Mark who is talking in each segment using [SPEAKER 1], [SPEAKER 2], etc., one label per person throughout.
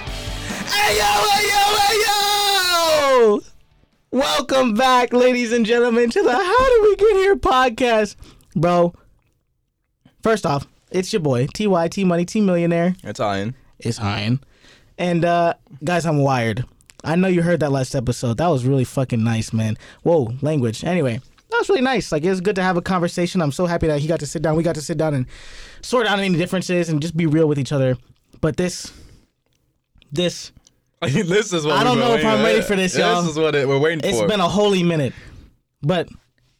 [SPEAKER 1] Hey yo, hey yo, hey yo! Welcome back, ladies and gentlemen, to the How Did We Get Here podcast. Bro, first off, it's your boy, TY, T Money, T Millionaire.
[SPEAKER 2] Italian.
[SPEAKER 1] It's Ian. And uh guys, I'm wired. I know you heard that last episode. That was really fucking nice, man. Whoa, language. Anyway, that was really nice. Like it's good to have a conversation. I'm so happy that he got to sit down. We got to sit down and sort out any differences and just be real with each other. But this this
[SPEAKER 2] I mean, this is what
[SPEAKER 1] I
[SPEAKER 2] we've
[SPEAKER 1] don't
[SPEAKER 2] been
[SPEAKER 1] know if
[SPEAKER 2] waiting
[SPEAKER 1] I'm ready for this, y'all.
[SPEAKER 2] This is what it, we're waiting
[SPEAKER 1] It's
[SPEAKER 2] for.
[SPEAKER 1] been a holy minute. But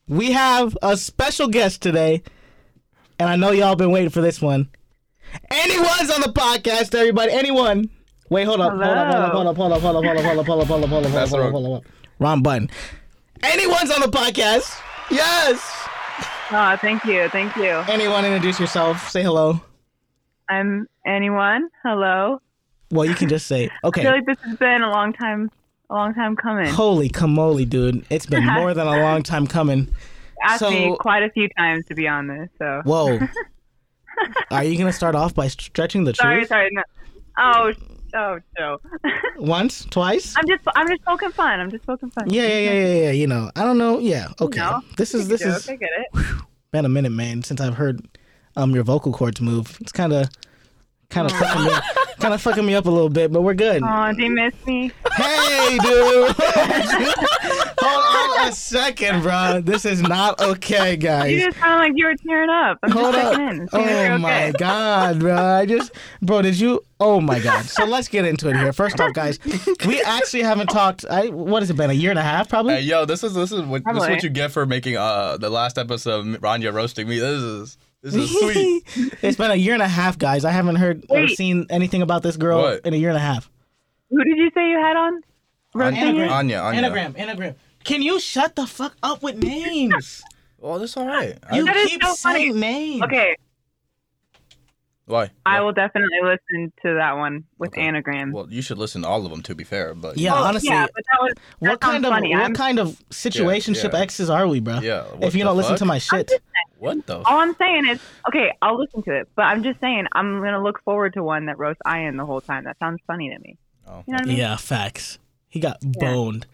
[SPEAKER 1] we have a special guest today. And I know y'all been waiting for this one. Anyone's on the podcast, everybody. Anyone. Wait, hold up. Hold up, hold up, hold up, hold up, hold up, hold up, hold up, hold up, hold up, hold up, hold up,
[SPEAKER 2] That's
[SPEAKER 1] hold up,
[SPEAKER 2] wrong.
[SPEAKER 1] hold up. Wrong button. Anyone's on the podcast. Yes.
[SPEAKER 3] Oh, thank you. Thank you.
[SPEAKER 1] Anyone introduce yourself. Say hello.
[SPEAKER 3] I'm anyone. Hello.
[SPEAKER 1] Well, you can just say
[SPEAKER 3] I feel
[SPEAKER 1] okay.
[SPEAKER 3] like this has been a long time, a long time coming.
[SPEAKER 1] Holy camole, dude. It's been more than a long time coming.
[SPEAKER 3] Asked me
[SPEAKER 1] so-
[SPEAKER 3] quite a few times to be on this. So
[SPEAKER 1] Whoa. Are you gonna start off by stretching the
[SPEAKER 3] sorry,
[SPEAKER 1] truth?
[SPEAKER 3] sorry. No. Oh, oh, Joe.
[SPEAKER 1] Once, twice?
[SPEAKER 3] I'm just, I'm just poking fun. I'm just poking fun.
[SPEAKER 1] Yeah, yeah, yeah, yeah, yeah. You know, I don't know. Yeah, okay.
[SPEAKER 3] No,
[SPEAKER 1] this is this
[SPEAKER 3] Joke,
[SPEAKER 1] has
[SPEAKER 3] I get it.
[SPEAKER 1] been a minute, man, since I've heard um your vocal cords move. It's kind of kind of fucking me, kind of fucking me up a little bit, but we're good.
[SPEAKER 3] Oh, do you miss me?
[SPEAKER 1] Hey, dude. Hold on a second, bro. This is not okay,
[SPEAKER 3] You
[SPEAKER 1] guys.
[SPEAKER 3] just sound like you were tearing up. I'm
[SPEAKER 1] Hold
[SPEAKER 3] just
[SPEAKER 1] up.
[SPEAKER 3] checking in. See if you're
[SPEAKER 1] Oh my
[SPEAKER 3] okay.
[SPEAKER 1] god, bro. I just bro, did you Oh my god. So let's get into it here. First off, guys, we actually haven't talked I what has it been? A year and a half probably?
[SPEAKER 2] Hey, yo, this is this is what this is
[SPEAKER 3] Probably.
[SPEAKER 2] what you get for making uh the last episode of Ranja roasting me. This is this is sweet.
[SPEAKER 1] it's been a year and a half, guys. I haven't heard or
[SPEAKER 3] Wait.
[SPEAKER 1] seen anything about this girl
[SPEAKER 2] What?
[SPEAKER 1] in a year and a half.
[SPEAKER 3] Who did you say you had on? Roasting
[SPEAKER 1] Anagram.
[SPEAKER 3] you?
[SPEAKER 2] Anya, Anya.
[SPEAKER 1] Anagram, anagram. Can you shut the fuck up with names?
[SPEAKER 2] Well, that's all right. I-
[SPEAKER 1] You
[SPEAKER 3] That is
[SPEAKER 1] keep
[SPEAKER 3] so funny.
[SPEAKER 1] saying names.
[SPEAKER 3] Okay,
[SPEAKER 2] why?
[SPEAKER 3] I
[SPEAKER 2] Why?
[SPEAKER 3] will definitely listen to that one with
[SPEAKER 2] Okay.
[SPEAKER 3] anagrams.
[SPEAKER 2] Well, you should listen to all of them. To be fair, but
[SPEAKER 1] Yeah,
[SPEAKER 3] Oh,
[SPEAKER 1] honestly.
[SPEAKER 3] yeah, but that was that
[SPEAKER 1] what kind
[SPEAKER 3] sounds
[SPEAKER 1] of
[SPEAKER 3] funny.
[SPEAKER 1] what
[SPEAKER 3] I'm-
[SPEAKER 1] kind of situationship
[SPEAKER 2] yeah.
[SPEAKER 1] exes are we, bro?
[SPEAKER 2] yeah. what
[SPEAKER 1] if you
[SPEAKER 2] the
[SPEAKER 1] don't listen
[SPEAKER 2] fuck?
[SPEAKER 1] to my shit,
[SPEAKER 2] what the?
[SPEAKER 3] All I'm saying is, okay, I'll listen to it, but I'm just saying I'm gonna look forward to one that roasts Ian the whole time. That sounds funny to me.
[SPEAKER 2] oh.
[SPEAKER 3] You know what I mean?
[SPEAKER 1] yeah, facts. He got boned.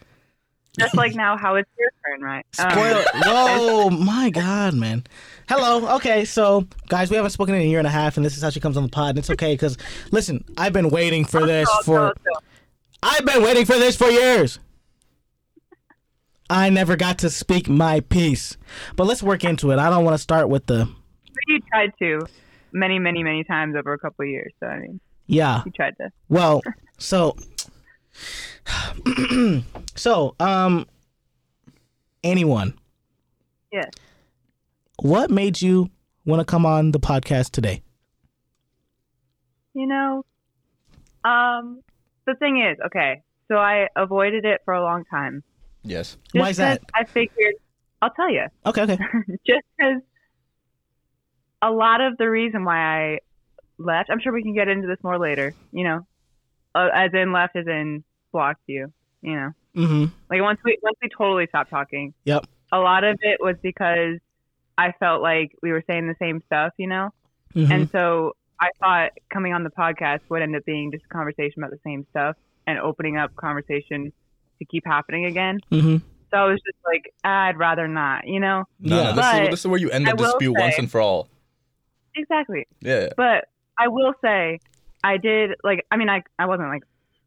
[SPEAKER 3] Just like now, how it's your turn, right? Um,
[SPEAKER 1] Spoil. Whoa, my God, man. Hello. Okay, so guys, we haven't spoken in a year and a half, and this is how she comes on the pod, and it's okay because listen, I've been waiting for this
[SPEAKER 3] so-
[SPEAKER 1] for.
[SPEAKER 3] so- so-
[SPEAKER 1] I've been waiting for this for years. I never got to speak my piece. But let's work into it. I don't want to start with the
[SPEAKER 3] you tried to many, many, many times over a couple of years. So I mean,
[SPEAKER 1] yeah.
[SPEAKER 3] you tried to.
[SPEAKER 1] Well, so so um anyone,
[SPEAKER 3] Yes.
[SPEAKER 1] what made you want to come on the podcast today?
[SPEAKER 3] You know, um, the thing is, okay, so I avoided it for a long time.
[SPEAKER 2] Yes.
[SPEAKER 3] Just
[SPEAKER 1] Why is that?
[SPEAKER 3] 'cause I figured. I'll tell you.
[SPEAKER 1] Okay, okay.
[SPEAKER 3] just because a lot of the reason why I left, I'm sure we can get into this more later, you know, uh, as in left as in blocked you, you know,
[SPEAKER 1] Mm-hmm.
[SPEAKER 3] like once we, once we totally stopped talking.
[SPEAKER 1] Yep.
[SPEAKER 3] A lot of it was because I felt like we were saying the same stuff, you know?
[SPEAKER 1] hmm
[SPEAKER 3] And so I thought coming on the podcast would end up being just a conversation about the same stuff and opening up conversation to keep happening again.
[SPEAKER 1] hmm
[SPEAKER 3] So I was just like, "Ah, I'd rather not, you know?
[SPEAKER 2] No,
[SPEAKER 1] Yeah.
[SPEAKER 2] no, this, is,
[SPEAKER 3] But
[SPEAKER 2] this is where you end
[SPEAKER 3] I
[SPEAKER 2] the
[SPEAKER 3] will
[SPEAKER 2] dispute once
[SPEAKER 3] say-
[SPEAKER 2] and for all.
[SPEAKER 3] Exactly.
[SPEAKER 2] Yeah.
[SPEAKER 3] But I will say, I did like. I mean, I I wasn't like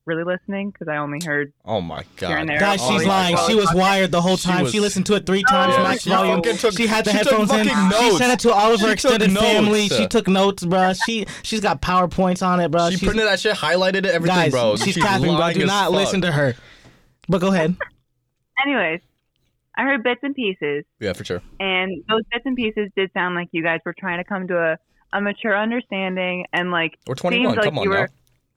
[SPEAKER 3] really listening because I only heard.
[SPEAKER 2] Oh my god.
[SPEAKER 3] Here and there.
[SPEAKER 1] Guys,
[SPEAKER 2] Oh
[SPEAKER 1] she's
[SPEAKER 2] my
[SPEAKER 1] lying.
[SPEAKER 2] God.
[SPEAKER 1] She was wired the whole
[SPEAKER 2] She
[SPEAKER 1] time. She,
[SPEAKER 2] was-
[SPEAKER 1] listened to it three times,
[SPEAKER 3] Oh, Yeah,
[SPEAKER 1] max
[SPEAKER 3] she
[SPEAKER 1] volume.
[SPEAKER 2] fucking took-
[SPEAKER 1] she had the
[SPEAKER 2] she took
[SPEAKER 1] headphones in.
[SPEAKER 2] fucking
[SPEAKER 1] She
[SPEAKER 2] notes.
[SPEAKER 1] sent it to all of her
[SPEAKER 2] She took
[SPEAKER 1] extended
[SPEAKER 2] notes.
[SPEAKER 1] family. She took notes, bro. She she's got powerpoints on it, bro.
[SPEAKER 2] She
[SPEAKER 1] she's,
[SPEAKER 2] printed that shit, highlighted it, everything,
[SPEAKER 1] guys,
[SPEAKER 2] bro.
[SPEAKER 1] she's, capping, bro.
[SPEAKER 2] lying
[SPEAKER 1] Do
[SPEAKER 2] as
[SPEAKER 1] not
[SPEAKER 2] fuck.
[SPEAKER 1] listen to her. But go ahead.
[SPEAKER 3] Anyways, I heard bits and pieces,
[SPEAKER 2] Yeah, for sure.
[SPEAKER 3] and those bits and pieces did sound like you guys were trying to come to a a mature understanding, and like
[SPEAKER 2] We're
[SPEAKER 3] seems
[SPEAKER 2] 21.
[SPEAKER 3] like
[SPEAKER 2] Come on
[SPEAKER 3] you were.
[SPEAKER 2] now.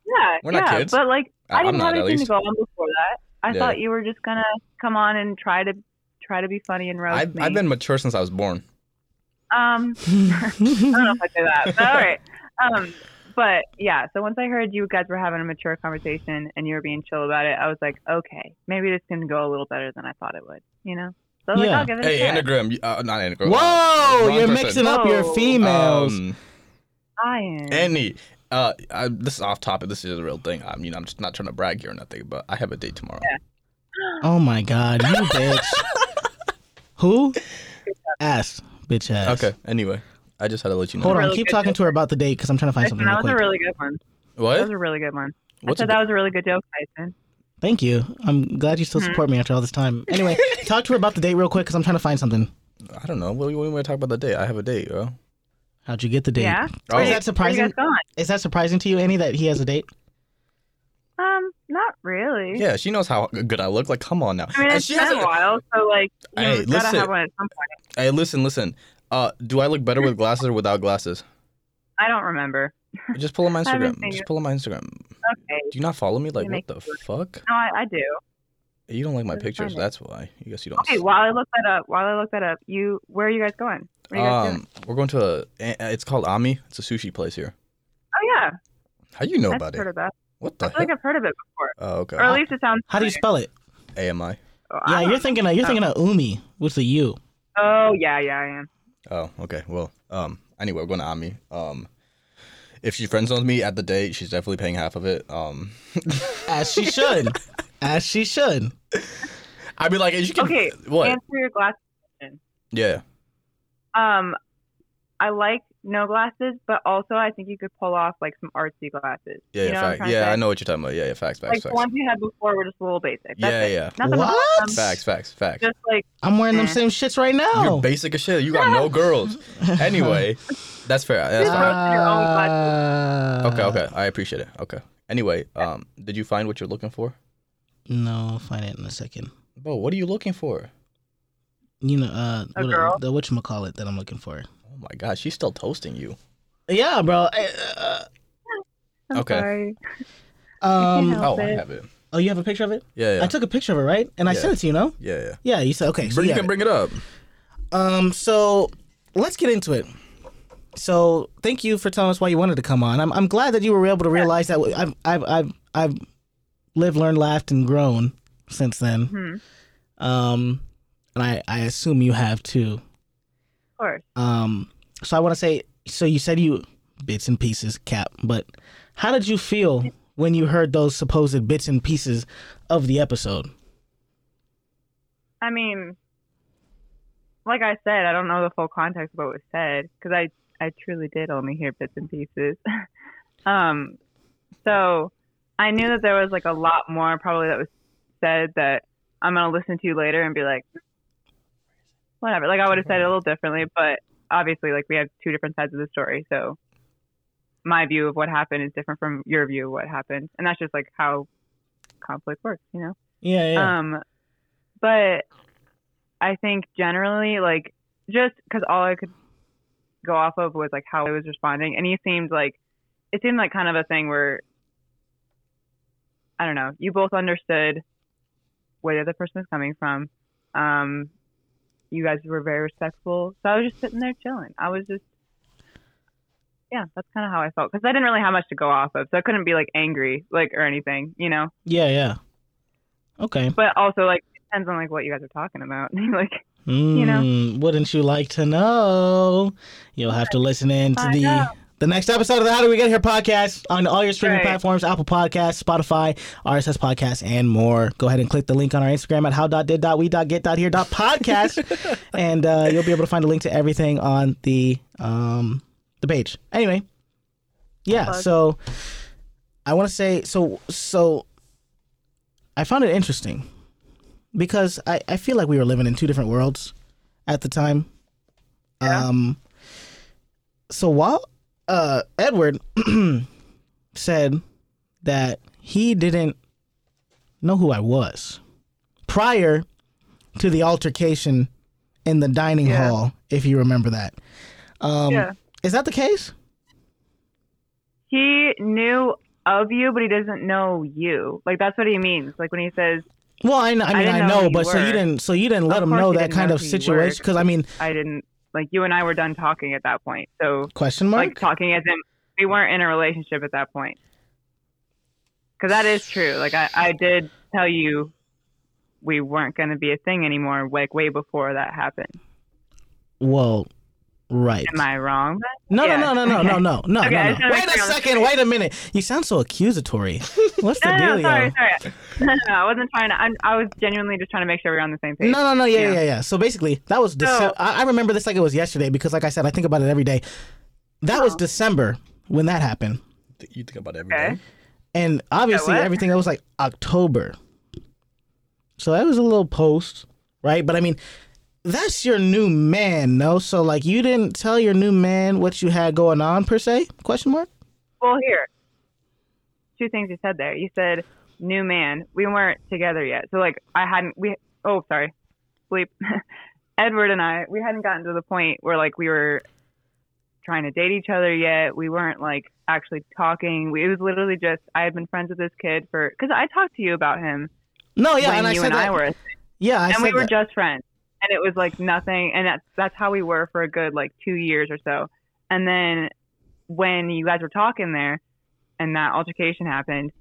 [SPEAKER 3] Yeah,
[SPEAKER 2] We're
[SPEAKER 3] yeah,
[SPEAKER 2] not kids. Uh,
[SPEAKER 3] but like I,
[SPEAKER 2] I'm
[SPEAKER 3] didn't
[SPEAKER 2] not,
[SPEAKER 3] have
[SPEAKER 2] at
[SPEAKER 3] anything to
[SPEAKER 2] least.
[SPEAKER 3] go on before that. I
[SPEAKER 2] Yeah.
[SPEAKER 3] thought you were just gonna come on and try to try to be funny and roast
[SPEAKER 2] I've,
[SPEAKER 3] me.
[SPEAKER 2] I've been mature since I was born.
[SPEAKER 3] um. I don't know if I say that. But all right. Um, but yeah, so once I heard you guys were having a mature conversation and you were being chill about it, I was like, okay, maybe this can go a little better than I thought it would. You know? So I was
[SPEAKER 1] Yeah.
[SPEAKER 3] like, I'll give it
[SPEAKER 2] Hey,
[SPEAKER 3] a try.
[SPEAKER 2] anagram. you- Uh, not uh, anagram.
[SPEAKER 1] Whoa,
[SPEAKER 2] Wrong
[SPEAKER 1] you're
[SPEAKER 2] person.
[SPEAKER 1] mixing up your
[SPEAKER 3] Whoa.
[SPEAKER 1] females.
[SPEAKER 2] Um,
[SPEAKER 3] Iron.
[SPEAKER 2] any um, Uh, I, this is off topic. This is a real thing. I mean, I'm just not trying to brag here or nothing, but I have a date tomorrow.
[SPEAKER 1] Oh my god, you bitch. Who? Ass, bitch ass.
[SPEAKER 2] Okay. Anyway, I just had to let you know.
[SPEAKER 1] Hold on,
[SPEAKER 3] Really
[SPEAKER 1] keep
[SPEAKER 3] good
[SPEAKER 1] talking to her about the date because I'm trying to find
[SPEAKER 3] Tyson,
[SPEAKER 1] something real
[SPEAKER 3] that was a
[SPEAKER 1] quick.
[SPEAKER 3] really good one. That was
[SPEAKER 2] What?
[SPEAKER 3] a really good one.
[SPEAKER 2] What's a
[SPEAKER 3] I said that was a really good joke, Tyson.
[SPEAKER 1] Thank you. I'm glad you still
[SPEAKER 3] Hmm.
[SPEAKER 1] support me after all this time. Anyway, talk to her about the date real quick because I'm trying to find something.
[SPEAKER 2] date? I don't know. What do you want me to talk about the date? I have a date, bro.
[SPEAKER 1] How'd you get the date?
[SPEAKER 2] Oh.
[SPEAKER 3] Yeah.
[SPEAKER 1] Is that
[SPEAKER 3] Where you
[SPEAKER 1] surprising?
[SPEAKER 3] guys going?
[SPEAKER 1] Is that surprising to you, Annie, that he has a date?
[SPEAKER 3] Um, not really.
[SPEAKER 2] Yeah, she knows how good I look. Like, come on now.
[SPEAKER 3] I mean,
[SPEAKER 2] And
[SPEAKER 3] it's
[SPEAKER 2] she
[SPEAKER 3] been a
[SPEAKER 2] hasn't-
[SPEAKER 3] while, so like, you
[SPEAKER 2] Hey,
[SPEAKER 3] gotta
[SPEAKER 2] listen.
[SPEAKER 3] have one at some point.
[SPEAKER 2] Hey, listen, listen. Uh, do I look better with glasses or without glasses?
[SPEAKER 3] I don't remember.
[SPEAKER 2] Just pull up my
[SPEAKER 3] I haven't
[SPEAKER 2] Instagram.
[SPEAKER 3] seen
[SPEAKER 2] Just
[SPEAKER 3] it.
[SPEAKER 2] pull up my Instagram.
[SPEAKER 3] Okay.
[SPEAKER 2] Do you not follow me? Like,
[SPEAKER 3] You make
[SPEAKER 2] what the fuck?
[SPEAKER 3] No, I, I do.
[SPEAKER 2] You don't like my
[SPEAKER 3] Couldn't
[SPEAKER 2] pictures.
[SPEAKER 3] find it.
[SPEAKER 2] That's why. You guess you don't.
[SPEAKER 3] Okay,
[SPEAKER 2] s-
[SPEAKER 3] while I look that up, while I look that up, you, where are you guys going? What are you guys doing?
[SPEAKER 2] um, we're going to a. eh, eh, It's called Ami. It's a sushi place here.
[SPEAKER 3] Oh yeah,
[SPEAKER 2] How you know
[SPEAKER 3] I've
[SPEAKER 2] about
[SPEAKER 3] heard
[SPEAKER 2] it?
[SPEAKER 3] of that.
[SPEAKER 2] What
[SPEAKER 3] I
[SPEAKER 2] the
[SPEAKER 3] feel like
[SPEAKER 2] heck?
[SPEAKER 3] I've heard of it before,
[SPEAKER 2] Oh, okay.
[SPEAKER 3] or at least it sounds.
[SPEAKER 1] How do you spell it?
[SPEAKER 2] AMI.
[SPEAKER 1] Yeah, you're thinking of you're
[SPEAKER 3] Oh.
[SPEAKER 1] thinking of Umi with the U.
[SPEAKER 3] Oh yeah, yeah, I am.
[SPEAKER 2] Oh, okay. Well, um, anyway, we're going to Ami. Um, if she friend zones me at the date, she's definitely paying half of it. Um,
[SPEAKER 1] As she should. As she should.
[SPEAKER 2] I'd be like, you can.
[SPEAKER 3] Okay,
[SPEAKER 2] What?
[SPEAKER 3] Answer your glass.
[SPEAKER 2] yeah.
[SPEAKER 3] Um, I like no glasses, but also I think you could pull off like some artsy glasses.
[SPEAKER 2] Yeah.
[SPEAKER 3] you
[SPEAKER 2] Yeah.
[SPEAKER 3] know what I'm
[SPEAKER 2] fact-
[SPEAKER 3] trying to
[SPEAKER 2] yeah.
[SPEAKER 3] say?
[SPEAKER 2] I know what you're talking about. Yeah. Yeah. Facts. Facts.
[SPEAKER 3] Like the
[SPEAKER 2] facts.
[SPEAKER 3] ones you had before were just a little basic. That's
[SPEAKER 2] yeah.
[SPEAKER 3] it.
[SPEAKER 2] Yeah.
[SPEAKER 3] Nothing wrong
[SPEAKER 1] What?
[SPEAKER 3] with them.
[SPEAKER 2] Facts. Facts. Facts.
[SPEAKER 3] Just like
[SPEAKER 1] I'm wearing them
[SPEAKER 3] Mm.
[SPEAKER 1] same shits right now.
[SPEAKER 2] You're basic as shit. You got no girls. Anyway, that's fair. Uh, That's
[SPEAKER 3] Yeah.
[SPEAKER 2] fair.
[SPEAKER 3] your own
[SPEAKER 1] Uh,
[SPEAKER 2] Okay, okay. I appreciate it. Okay. Anyway, um, did you find what you're looking for?
[SPEAKER 1] No, I'll find it in a second.
[SPEAKER 2] Bo, what are you looking for?
[SPEAKER 1] You know, uh,
[SPEAKER 3] A
[SPEAKER 1] what,
[SPEAKER 3] girl?
[SPEAKER 1] the whatchamacallit that I'm looking for.
[SPEAKER 2] Oh my god, she's still toasting you.
[SPEAKER 1] Yeah, bro. I- uh,
[SPEAKER 3] I'm
[SPEAKER 2] Okay.
[SPEAKER 3] sorry.
[SPEAKER 1] um,
[SPEAKER 3] Yeah.
[SPEAKER 2] Oh, I
[SPEAKER 3] it.
[SPEAKER 2] have it.
[SPEAKER 1] oh, you have a picture of it?
[SPEAKER 2] Yeah, yeah.
[SPEAKER 1] I took a picture of it, right? And I
[SPEAKER 2] Yeah.
[SPEAKER 1] sent it to you, no?
[SPEAKER 2] yeah, yeah.
[SPEAKER 1] Yeah, you said okay. So
[SPEAKER 2] Bring-
[SPEAKER 1] yeah.
[SPEAKER 2] you can bring it up.
[SPEAKER 1] um, so let's get into it. So thank you for telling us why you wanted to come on. I'm I'm glad that you were able to realize that I've I've I've I've lived, learned, laughed, and grown since then.
[SPEAKER 3] Hmm, of
[SPEAKER 1] Um, and I I assume you have too.
[SPEAKER 3] course.
[SPEAKER 1] Um, so I want to say, so you said you bits and pieces cap, but how did you feel when you heard those supposed bits and pieces of the episode?
[SPEAKER 3] I mean, like I said, I don't know the full context of what was said because I I truly did only hear bits and pieces. um, so I knew that there was like a lot more probably that was said that I'm gonna listen to later and be like, whatever. Like I would have said it a little differently, but obviously, like we have two different sides of the story, so my view of what happened is different from your view of what happened, and that's just like how conflict works, you know.
[SPEAKER 1] Yeah, yeah.
[SPEAKER 3] Um, but I think generally, like, just because all I could go off of was like how I was responding, and he seemed like it seemed like kind of a thing where I don't know, you both understood where the other person was coming from. Um, you guys were very respectful, so I was just sitting there chilling. I was just. Yeah, that's kind of how I felt because I didn't really have much to go off of, so I couldn't be like angry, like or anything, you know
[SPEAKER 1] yeah, yeah. Okay.
[SPEAKER 3] but also like it depends on like what you guys are talking about. like know.
[SPEAKER 1] Mm, wouldn't you like to know? You'll have to listen in to
[SPEAKER 3] I
[SPEAKER 1] the
[SPEAKER 3] know.
[SPEAKER 1] the next episode of the How Do We Get Here podcast on all your streaming
[SPEAKER 3] Right.
[SPEAKER 1] platforms, Apple Podcasts, Spotify, RSS Podcasts, and more. Go ahead and click the link on our Instagram at how.did.we.get.here.podcast, and uh, you'll be able to find a link to everything on the um, the page. Anyway, yeah.
[SPEAKER 3] Plug.
[SPEAKER 1] So I want to say so so. I found it interesting because I, I feel like we were living in two different worlds at the time.
[SPEAKER 3] Yeah.
[SPEAKER 1] Um so while uh Edward said that he didn't know who I was prior to the altercation in the dining
[SPEAKER 3] Yeah.
[SPEAKER 1] hall, if you remember that. Um
[SPEAKER 3] yeah,
[SPEAKER 1] is that the case?
[SPEAKER 3] he knew of you, but he doesn't know you. Like that's what he means. Like when he says,
[SPEAKER 1] Well, I, kn- I mean,
[SPEAKER 3] didn't
[SPEAKER 1] I
[SPEAKER 3] know
[SPEAKER 1] know,
[SPEAKER 3] who you
[SPEAKER 1] but so you
[SPEAKER 3] were.
[SPEAKER 1] didn't, so you didn't let
[SPEAKER 3] Of
[SPEAKER 1] him
[SPEAKER 3] course
[SPEAKER 1] know
[SPEAKER 3] he
[SPEAKER 1] that
[SPEAKER 3] didn't
[SPEAKER 1] kind
[SPEAKER 3] know
[SPEAKER 1] of
[SPEAKER 3] who you were.
[SPEAKER 1] situation. Because I mean,
[SPEAKER 3] "I didn't." Like you and I were done talking at that point. So
[SPEAKER 1] question mark.
[SPEAKER 3] like talking as in we weren't in a relationship at that point. Because that is true. Like I, I did tell you we weren't going to be a thing anymore. Like way before that happened.
[SPEAKER 1] Well, Right.
[SPEAKER 3] Am I wrong?
[SPEAKER 1] No,
[SPEAKER 3] Yeah,
[SPEAKER 1] no, no, no, no, no,
[SPEAKER 3] okay.
[SPEAKER 1] no, no,
[SPEAKER 3] Okay, I
[SPEAKER 1] no,
[SPEAKER 3] just
[SPEAKER 1] no.
[SPEAKER 3] wanna
[SPEAKER 1] Wait
[SPEAKER 3] make
[SPEAKER 1] a
[SPEAKER 3] sure I'm
[SPEAKER 1] second. Wait a minute. You sound so accusatory. What's the
[SPEAKER 3] No, no,
[SPEAKER 1] deal?
[SPEAKER 3] no, sorry, sorry. No, no, I wasn't trying to. I'm, I was genuinely just trying to make sure we were on the same page.
[SPEAKER 1] No, no, no. Yeah, yeah,
[SPEAKER 3] Yeah.
[SPEAKER 1] yeah. yeah. So basically, that was December.
[SPEAKER 3] So-
[SPEAKER 1] I, I remember this like it was yesterday because, like I said, I think about it every day. That was
[SPEAKER 3] Oh.
[SPEAKER 1] December when that happened,
[SPEAKER 2] Th- You think about it every day.
[SPEAKER 3] Okay.
[SPEAKER 1] and obviously
[SPEAKER 3] what?
[SPEAKER 1] everything that was like October. So that was a little post, right? But I mean, that's your new man, no? So like, you didn't tell your new man what you had going on per se? Question mark.
[SPEAKER 3] Well, here, two things you said there. You said new man. We weren't together yet, so like I hadn't. We oh sorry, sleep. Edward and I we hadn't gotten to the point where like we were trying to date each other yet. We weren't like actually talking. We, it was literally just I had been friends with this kid for because I talked to you about him
[SPEAKER 1] No, Oh, yeah,
[SPEAKER 3] when
[SPEAKER 1] and I
[SPEAKER 3] you
[SPEAKER 1] said
[SPEAKER 3] and
[SPEAKER 1] that.
[SPEAKER 3] I were a
[SPEAKER 1] yeah, I
[SPEAKER 3] and
[SPEAKER 1] said
[SPEAKER 3] we were
[SPEAKER 1] that.
[SPEAKER 3] just friends and it was like nothing and that's that's how we were for a good like two years or so and then when you guys were talking there and that altercation happened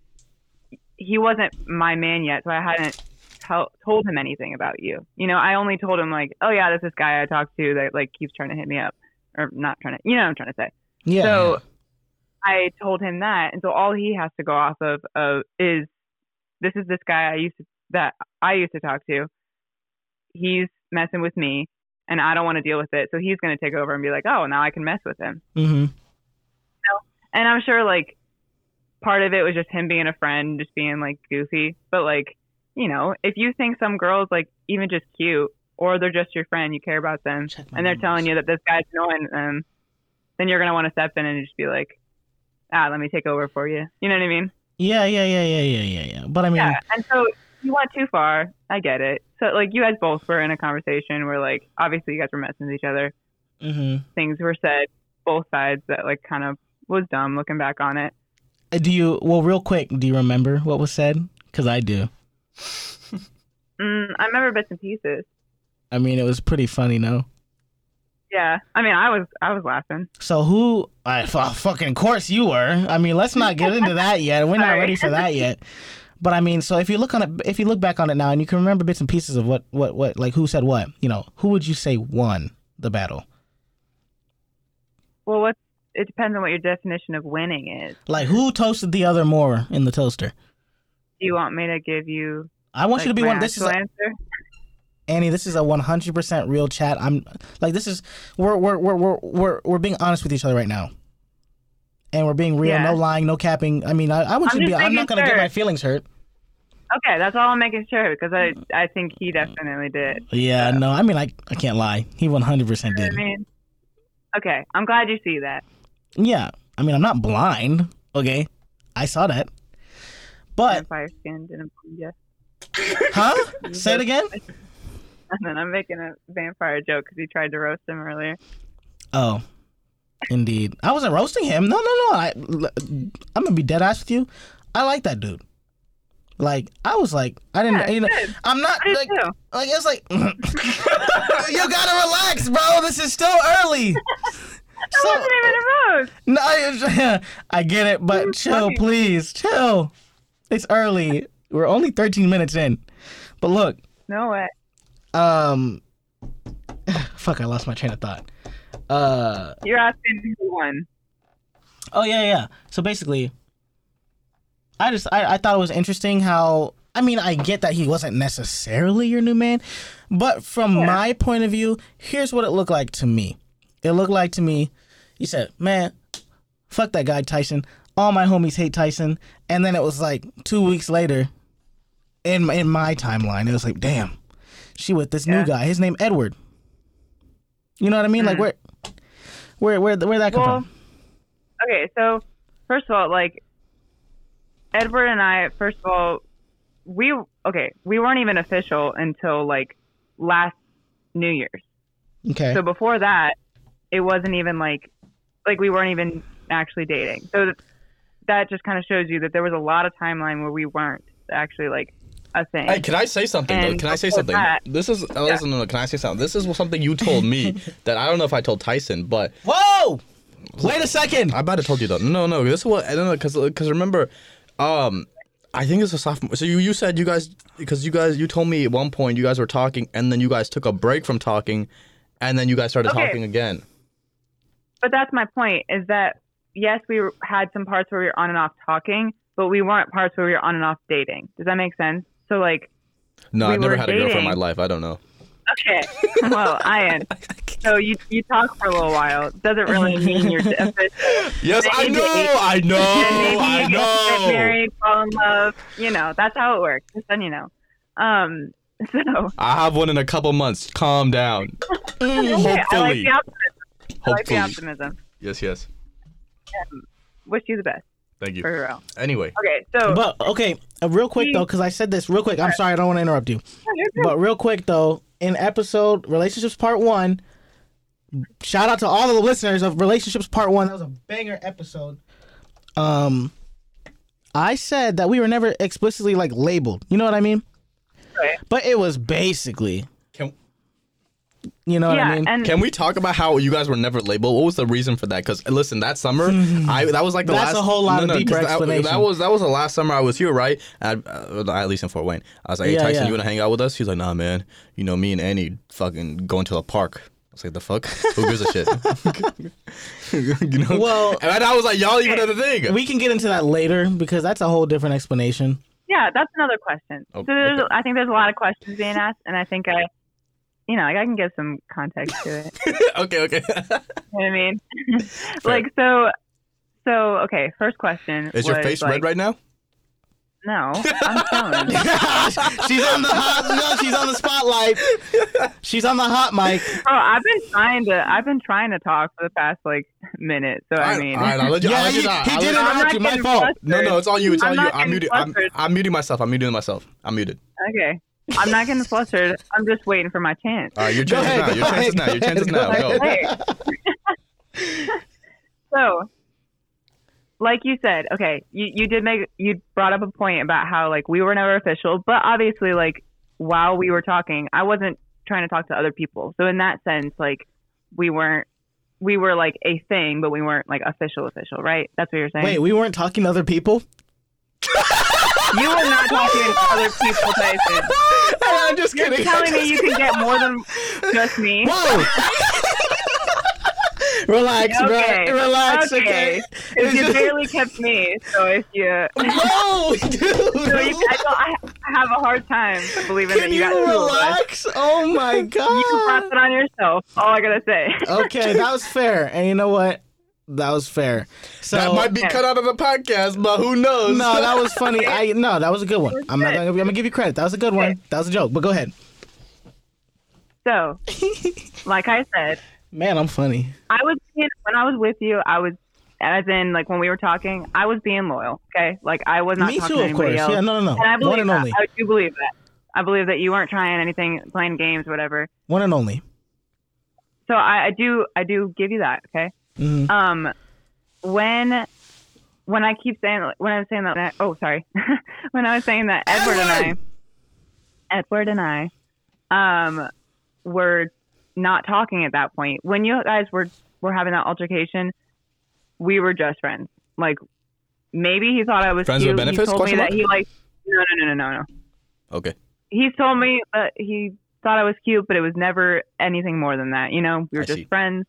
[SPEAKER 3] he wasn't my man yet so i hadn't tell, told him anything about you you know i only told him like oh yeah there's this guy i talked to that like keeps trying to hit me up or not trying to you know what i'm trying to say
[SPEAKER 1] yeah.
[SPEAKER 3] so I told him that, and so all he has to go off of uh, is this is this guy I used to, that I used to talk to. He's messing with me, and I don't want to deal with it. So he's going to take over and be like, oh, now I can mess with him.
[SPEAKER 1] hmm
[SPEAKER 3] And I'm sure like part of it was just him being a friend, just being like goofy. But like you know, if you think some girls like even just cute or they're just your friend, you care about them,
[SPEAKER 1] Check my
[SPEAKER 3] and they're
[SPEAKER 1] emails.
[SPEAKER 3] telling you that this guy's annoying them, then you're gonna want to step in and just be like, ah, let me take over for you. You know what I mean?
[SPEAKER 1] Yeah, yeah, yeah, yeah, yeah, yeah, yeah. But I mean,
[SPEAKER 3] Yeah. And so you went too far. I get it. So like you guys both were in a conversation where like obviously you guys were messing with each other.
[SPEAKER 1] mhm.
[SPEAKER 3] Things were said both sides that like kind of was dumb looking back on it.
[SPEAKER 1] Uh, do you? Well, real quick, do you remember what was said? Because I do.
[SPEAKER 3] Mm, I remember bits and pieces.
[SPEAKER 1] I mean, it was pretty funny, no?
[SPEAKER 3] Yeah, I mean, I was I was laughing.
[SPEAKER 1] So who? I fu- fucking course you were. I mean, let's not get into that yet. We're not
[SPEAKER 3] Sorry.
[SPEAKER 1] ready for that yet. But I mean, so if you look on it, if you look back on it now, and you can remember bits and pieces of what, what, what, like who said what, you know, who would you say won the battle?
[SPEAKER 3] Well, what it depends on what your definition of winning is.
[SPEAKER 1] Like who toasted the other more in the toaster?
[SPEAKER 3] Do you want me to give you?
[SPEAKER 1] I want you to
[SPEAKER 3] like,
[SPEAKER 1] be
[SPEAKER 3] my
[SPEAKER 1] one. This is
[SPEAKER 3] actual
[SPEAKER 1] a,
[SPEAKER 3] answer.
[SPEAKER 1] Annie. This is a one hundred percent real chat. I'm like this is we're we're we're we're we're we're being honest with each other right now, and we're being real.
[SPEAKER 3] Yeah.
[SPEAKER 1] No lying, no capping. I mean, I, I want
[SPEAKER 3] I'm
[SPEAKER 1] you to be.
[SPEAKER 3] just
[SPEAKER 1] I'm not
[SPEAKER 3] making
[SPEAKER 1] gonna get
[SPEAKER 3] sure.
[SPEAKER 1] my feelings hurt.
[SPEAKER 3] Okay, that's all I'm making sure because I I think he definitely did.
[SPEAKER 1] Yeah, no, I mean, I, I can't lie. He 100%
[SPEAKER 3] I
[SPEAKER 1] did.
[SPEAKER 3] mean, okay, I'm glad you see that.
[SPEAKER 1] Yeah, I mean, I'm not blind, okay? I saw that. But,
[SPEAKER 3] Vampire skinned and I'm- yeah.
[SPEAKER 1] huh? Say it again?
[SPEAKER 3] And then I'm making a vampire joke because he tried to roast him earlier.
[SPEAKER 1] Oh, indeed. I wasn't roasting him. No, no, no. I, I'm going to be dead ass with you. I like that dude. Like, I was like, I didn't,
[SPEAKER 3] Yeah,
[SPEAKER 1] you know,
[SPEAKER 3] good.
[SPEAKER 1] I'm not,
[SPEAKER 3] I did
[SPEAKER 1] like,
[SPEAKER 3] too.
[SPEAKER 1] Like it's like you gotta relax, bro. This is still early.
[SPEAKER 3] I wasn't even a roast.
[SPEAKER 1] No, I, I get it, but
[SPEAKER 3] It's
[SPEAKER 1] chill,
[SPEAKER 3] funny.
[SPEAKER 1] please, chill. It's early. We're only 13 minutes in. But look,
[SPEAKER 3] No way.
[SPEAKER 1] um, fuck, I lost my train of thought. Uh,
[SPEAKER 3] You're asking who won.
[SPEAKER 1] oh yeah, yeah. So basically, I just I, I thought it was interesting how I mean I get that he wasn't necessarily your new man, but from
[SPEAKER 3] Yeah.
[SPEAKER 1] my point of view, here's what it looked like to me. It looked like to me, you said, man, fuck that guy Tyson. All my homies hate Tyson. And then it was like two weeks later, in in my timeline, it was like, damn, she with this
[SPEAKER 3] Yeah.
[SPEAKER 1] new guy. His name Edward. You know what I mean? Like
[SPEAKER 3] Mm.
[SPEAKER 1] where, where, where, where that come
[SPEAKER 3] Well,
[SPEAKER 1] from?
[SPEAKER 3] okay, so first of all, like Edward and I, first of all, we okay, we weren't even official until like last New Year's.
[SPEAKER 1] Okay.
[SPEAKER 3] So before that, it wasn't even like like we weren't even actually dating. So th- that just kind of shows you that there was a lot of timeline where we weren't actually like a thing.
[SPEAKER 2] Hey, can I say something though?
[SPEAKER 3] And
[SPEAKER 2] Can I say
[SPEAKER 3] before
[SPEAKER 2] something?
[SPEAKER 3] that-
[SPEAKER 2] this is uh, listen, no, no, can I say something? This is something you told me that I don't know if I told Tyson, but
[SPEAKER 1] Whoa! Wait a second.
[SPEAKER 2] I might have told you though. No, no, this is what I don't know because because remember, um, I think it's a sophomore. So you you said you guys because you guys you told me at one point you guys were talking and then you guys took a break from talking, and then you guys started
[SPEAKER 3] Okay.
[SPEAKER 2] talking again.
[SPEAKER 3] but that's my point is that yes, we were- had some parts where we were on and off talking, but we weren't parts where we were on and off dating. Does that make sense? So like,
[SPEAKER 2] No,
[SPEAKER 3] We
[SPEAKER 2] I've never
[SPEAKER 3] were
[SPEAKER 2] had a girlfriend in my
[SPEAKER 3] dating.
[SPEAKER 2] life. I don't know.
[SPEAKER 3] okay, well, Ian, so you you talk for a little while doesn't really mean you're official.
[SPEAKER 2] Yes, I
[SPEAKER 3] Maybe-
[SPEAKER 2] know. I know.
[SPEAKER 3] then maybe you
[SPEAKER 2] I
[SPEAKER 3] get get
[SPEAKER 2] know.
[SPEAKER 3] married, fall in love. You know, that's how it works. Just then you know. Um, so
[SPEAKER 2] I have one in a couple months. Calm down.
[SPEAKER 3] okay, I like
[SPEAKER 2] Hopefully.
[SPEAKER 3] the optimism. I like the
[SPEAKER 2] Hopefully.
[SPEAKER 3] optimism.
[SPEAKER 2] Yes, yes.
[SPEAKER 3] Wish you the best
[SPEAKER 2] Thank
[SPEAKER 3] for
[SPEAKER 2] you.
[SPEAKER 3] real.
[SPEAKER 2] Anyway,
[SPEAKER 3] Okay, so
[SPEAKER 1] But okay, uh, real quick
[SPEAKER 3] We-
[SPEAKER 1] though, because I said this real quick. I'm sorry, I don't want to interrupt you.
[SPEAKER 3] you're good.
[SPEAKER 1] But real quick though, in episode relationships part one, shout out to all the listeners of relationships part one. That was a banger episode. Um, I said that we were never explicitly like labeled. You know what I mean?
[SPEAKER 3] Right.
[SPEAKER 1] But it was basically,
[SPEAKER 2] can
[SPEAKER 1] you know what
[SPEAKER 3] yeah,
[SPEAKER 1] I mean.
[SPEAKER 3] and
[SPEAKER 2] can we talk about how you guys were never labeled? What was the reason for that? Because listen, that summer, I that was like the
[SPEAKER 1] That's
[SPEAKER 2] last
[SPEAKER 1] a whole lot of deeper
[SPEAKER 2] 'cause that-
[SPEAKER 1] explanation.
[SPEAKER 2] That, was that was the last summer I was here, right? At, uh, at least in Fort Wayne, I was like, "Hey
[SPEAKER 1] Yeah,
[SPEAKER 2] Tyson,
[SPEAKER 1] yeah.
[SPEAKER 2] you want to hang out with us?" He's like, "Nah, man. You know, me and Annie fucking going to the park." I was like, "The fuck? Who gives a shit?" you know?
[SPEAKER 1] Well-
[SPEAKER 2] and I was like, "Y'all even know the thing."
[SPEAKER 1] we can get into that later because that's a whole different explanation.
[SPEAKER 3] yeah, that's another question.
[SPEAKER 2] Oh,
[SPEAKER 3] so there's,
[SPEAKER 2] okay.
[SPEAKER 3] I think there's a lot of questions being asked, and I think I, you know, like I can give some context to it.
[SPEAKER 2] okay, okay.
[SPEAKER 3] You know what I mean? like so, so okay. First question.
[SPEAKER 2] Is your
[SPEAKER 3] was,
[SPEAKER 2] face
[SPEAKER 3] like,
[SPEAKER 2] red right now?
[SPEAKER 3] No, I'm
[SPEAKER 1] she's
[SPEAKER 3] chilling.
[SPEAKER 1] on the hot. No, she's on the spotlight. She's on the hot mic.
[SPEAKER 3] Bro, I've been trying to. I've been trying to talk for the past like minute. So I, mean,
[SPEAKER 2] all right, I'll let you. I'll
[SPEAKER 1] Yeah,
[SPEAKER 2] let you
[SPEAKER 1] he,
[SPEAKER 2] die.
[SPEAKER 1] he
[SPEAKER 2] I'll
[SPEAKER 1] did
[SPEAKER 2] let-
[SPEAKER 3] I'm
[SPEAKER 1] interrupt
[SPEAKER 3] not
[SPEAKER 1] you. My
[SPEAKER 3] getting
[SPEAKER 1] fault.
[SPEAKER 3] flustered.
[SPEAKER 2] No, no, it's all you. It's
[SPEAKER 3] I'm
[SPEAKER 2] all you.
[SPEAKER 3] not
[SPEAKER 2] I'm
[SPEAKER 3] getting
[SPEAKER 2] muted. I'm,
[SPEAKER 3] flustered.
[SPEAKER 2] I'm muting myself. I'm muting myself. I'm muted.
[SPEAKER 3] Okay. I'm not getting flustered. I'm just waiting for my chance.
[SPEAKER 2] All right, your
[SPEAKER 1] Go
[SPEAKER 2] chance
[SPEAKER 1] ahead,
[SPEAKER 2] is now. Your
[SPEAKER 1] go
[SPEAKER 2] chance is now.
[SPEAKER 1] ahead, go
[SPEAKER 2] Your chance is now.
[SPEAKER 1] ahead,
[SPEAKER 2] Go.
[SPEAKER 1] go
[SPEAKER 3] Hey. so, like you said, okay, you, you did make, you brought up a point about how, like, we were never official, but obviously, like, while we were talking, I wasn't trying to talk to other people. So, in that sense, like, we weren't, we were like a thing, but we weren't like official, official, right? That's what you're saying.
[SPEAKER 1] Wait, we weren't talking to other people.
[SPEAKER 3] you were not talking to other people, Tyson.
[SPEAKER 1] I'm just
[SPEAKER 3] You're
[SPEAKER 1] kidding.
[SPEAKER 3] telling me you can get more than just me.
[SPEAKER 1] Whoa. relax, bro.
[SPEAKER 3] Okay.
[SPEAKER 1] Relax, okay.
[SPEAKER 3] Okay. Because you barely kept me, so if you,
[SPEAKER 1] No, dude.
[SPEAKER 3] so you I, don't, I I have a hard time believing
[SPEAKER 1] Can
[SPEAKER 3] that you, got
[SPEAKER 1] you
[SPEAKER 3] two of us.
[SPEAKER 1] relax? Oh my
[SPEAKER 3] You brought
[SPEAKER 1] god.
[SPEAKER 3] it on yourself. All I gotta say.
[SPEAKER 1] Okay, that was fair. And you know what? That was fair. So
[SPEAKER 2] That might be cut out of the podcast, but who knows?
[SPEAKER 1] no, that was funny. I no, that was a good one. I'm not. Gonna, I'm gonna give you credit. That was a good one. That was a joke. But go ahead,
[SPEAKER 3] So, like I said,
[SPEAKER 1] man. I'm funny.
[SPEAKER 3] I was being, when I was with you, I was as in like when we were talking, I was being loyal. Okay, like I was not
[SPEAKER 1] Me too,
[SPEAKER 3] talking to
[SPEAKER 1] of
[SPEAKER 3] anybody
[SPEAKER 1] course.
[SPEAKER 3] else.
[SPEAKER 1] Yeah, no, no, no.
[SPEAKER 3] And I believe
[SPEAKER 1] One and
[SPEAKER 3] that.
[SPEAKER 1] only.
[SPEAKER 3] I do believe that. I believe that you weren't trying anything, playing games, whatever.
[SPEAKER 1] One and only.
[SPEAKER 3] So I, I do, I do give you that. Okay.
[SPEAKER 1] Mhm.
[SPEAKER 3] um when when I keep saying when I'm saying that oh sorry when I was saying that Edward and I Edward and I um were not talking at that point when you guys were were having that altercation we were just friends like maybe he thought I was
[SPEAKER 2] Friends with
[SPEAKER 3] cute.
[SPEAKER 2] benefits?
[SPEAKER 3] he told me
[SPEAKER 2] Question
[SPEAKER 3] that
[SPEAKER 2] mark?
[SPEAKER 3] he like no no no no no no
[SPEAKER 2] Okay.
[SPEAKER 3] he told me that he thought I was cute, but it was never anything more than that. You know, we were
[SPEAKER 2] I
[SPEAKER 3] just
[SPEAKER 2] see.
[SPEAKER 3] friends.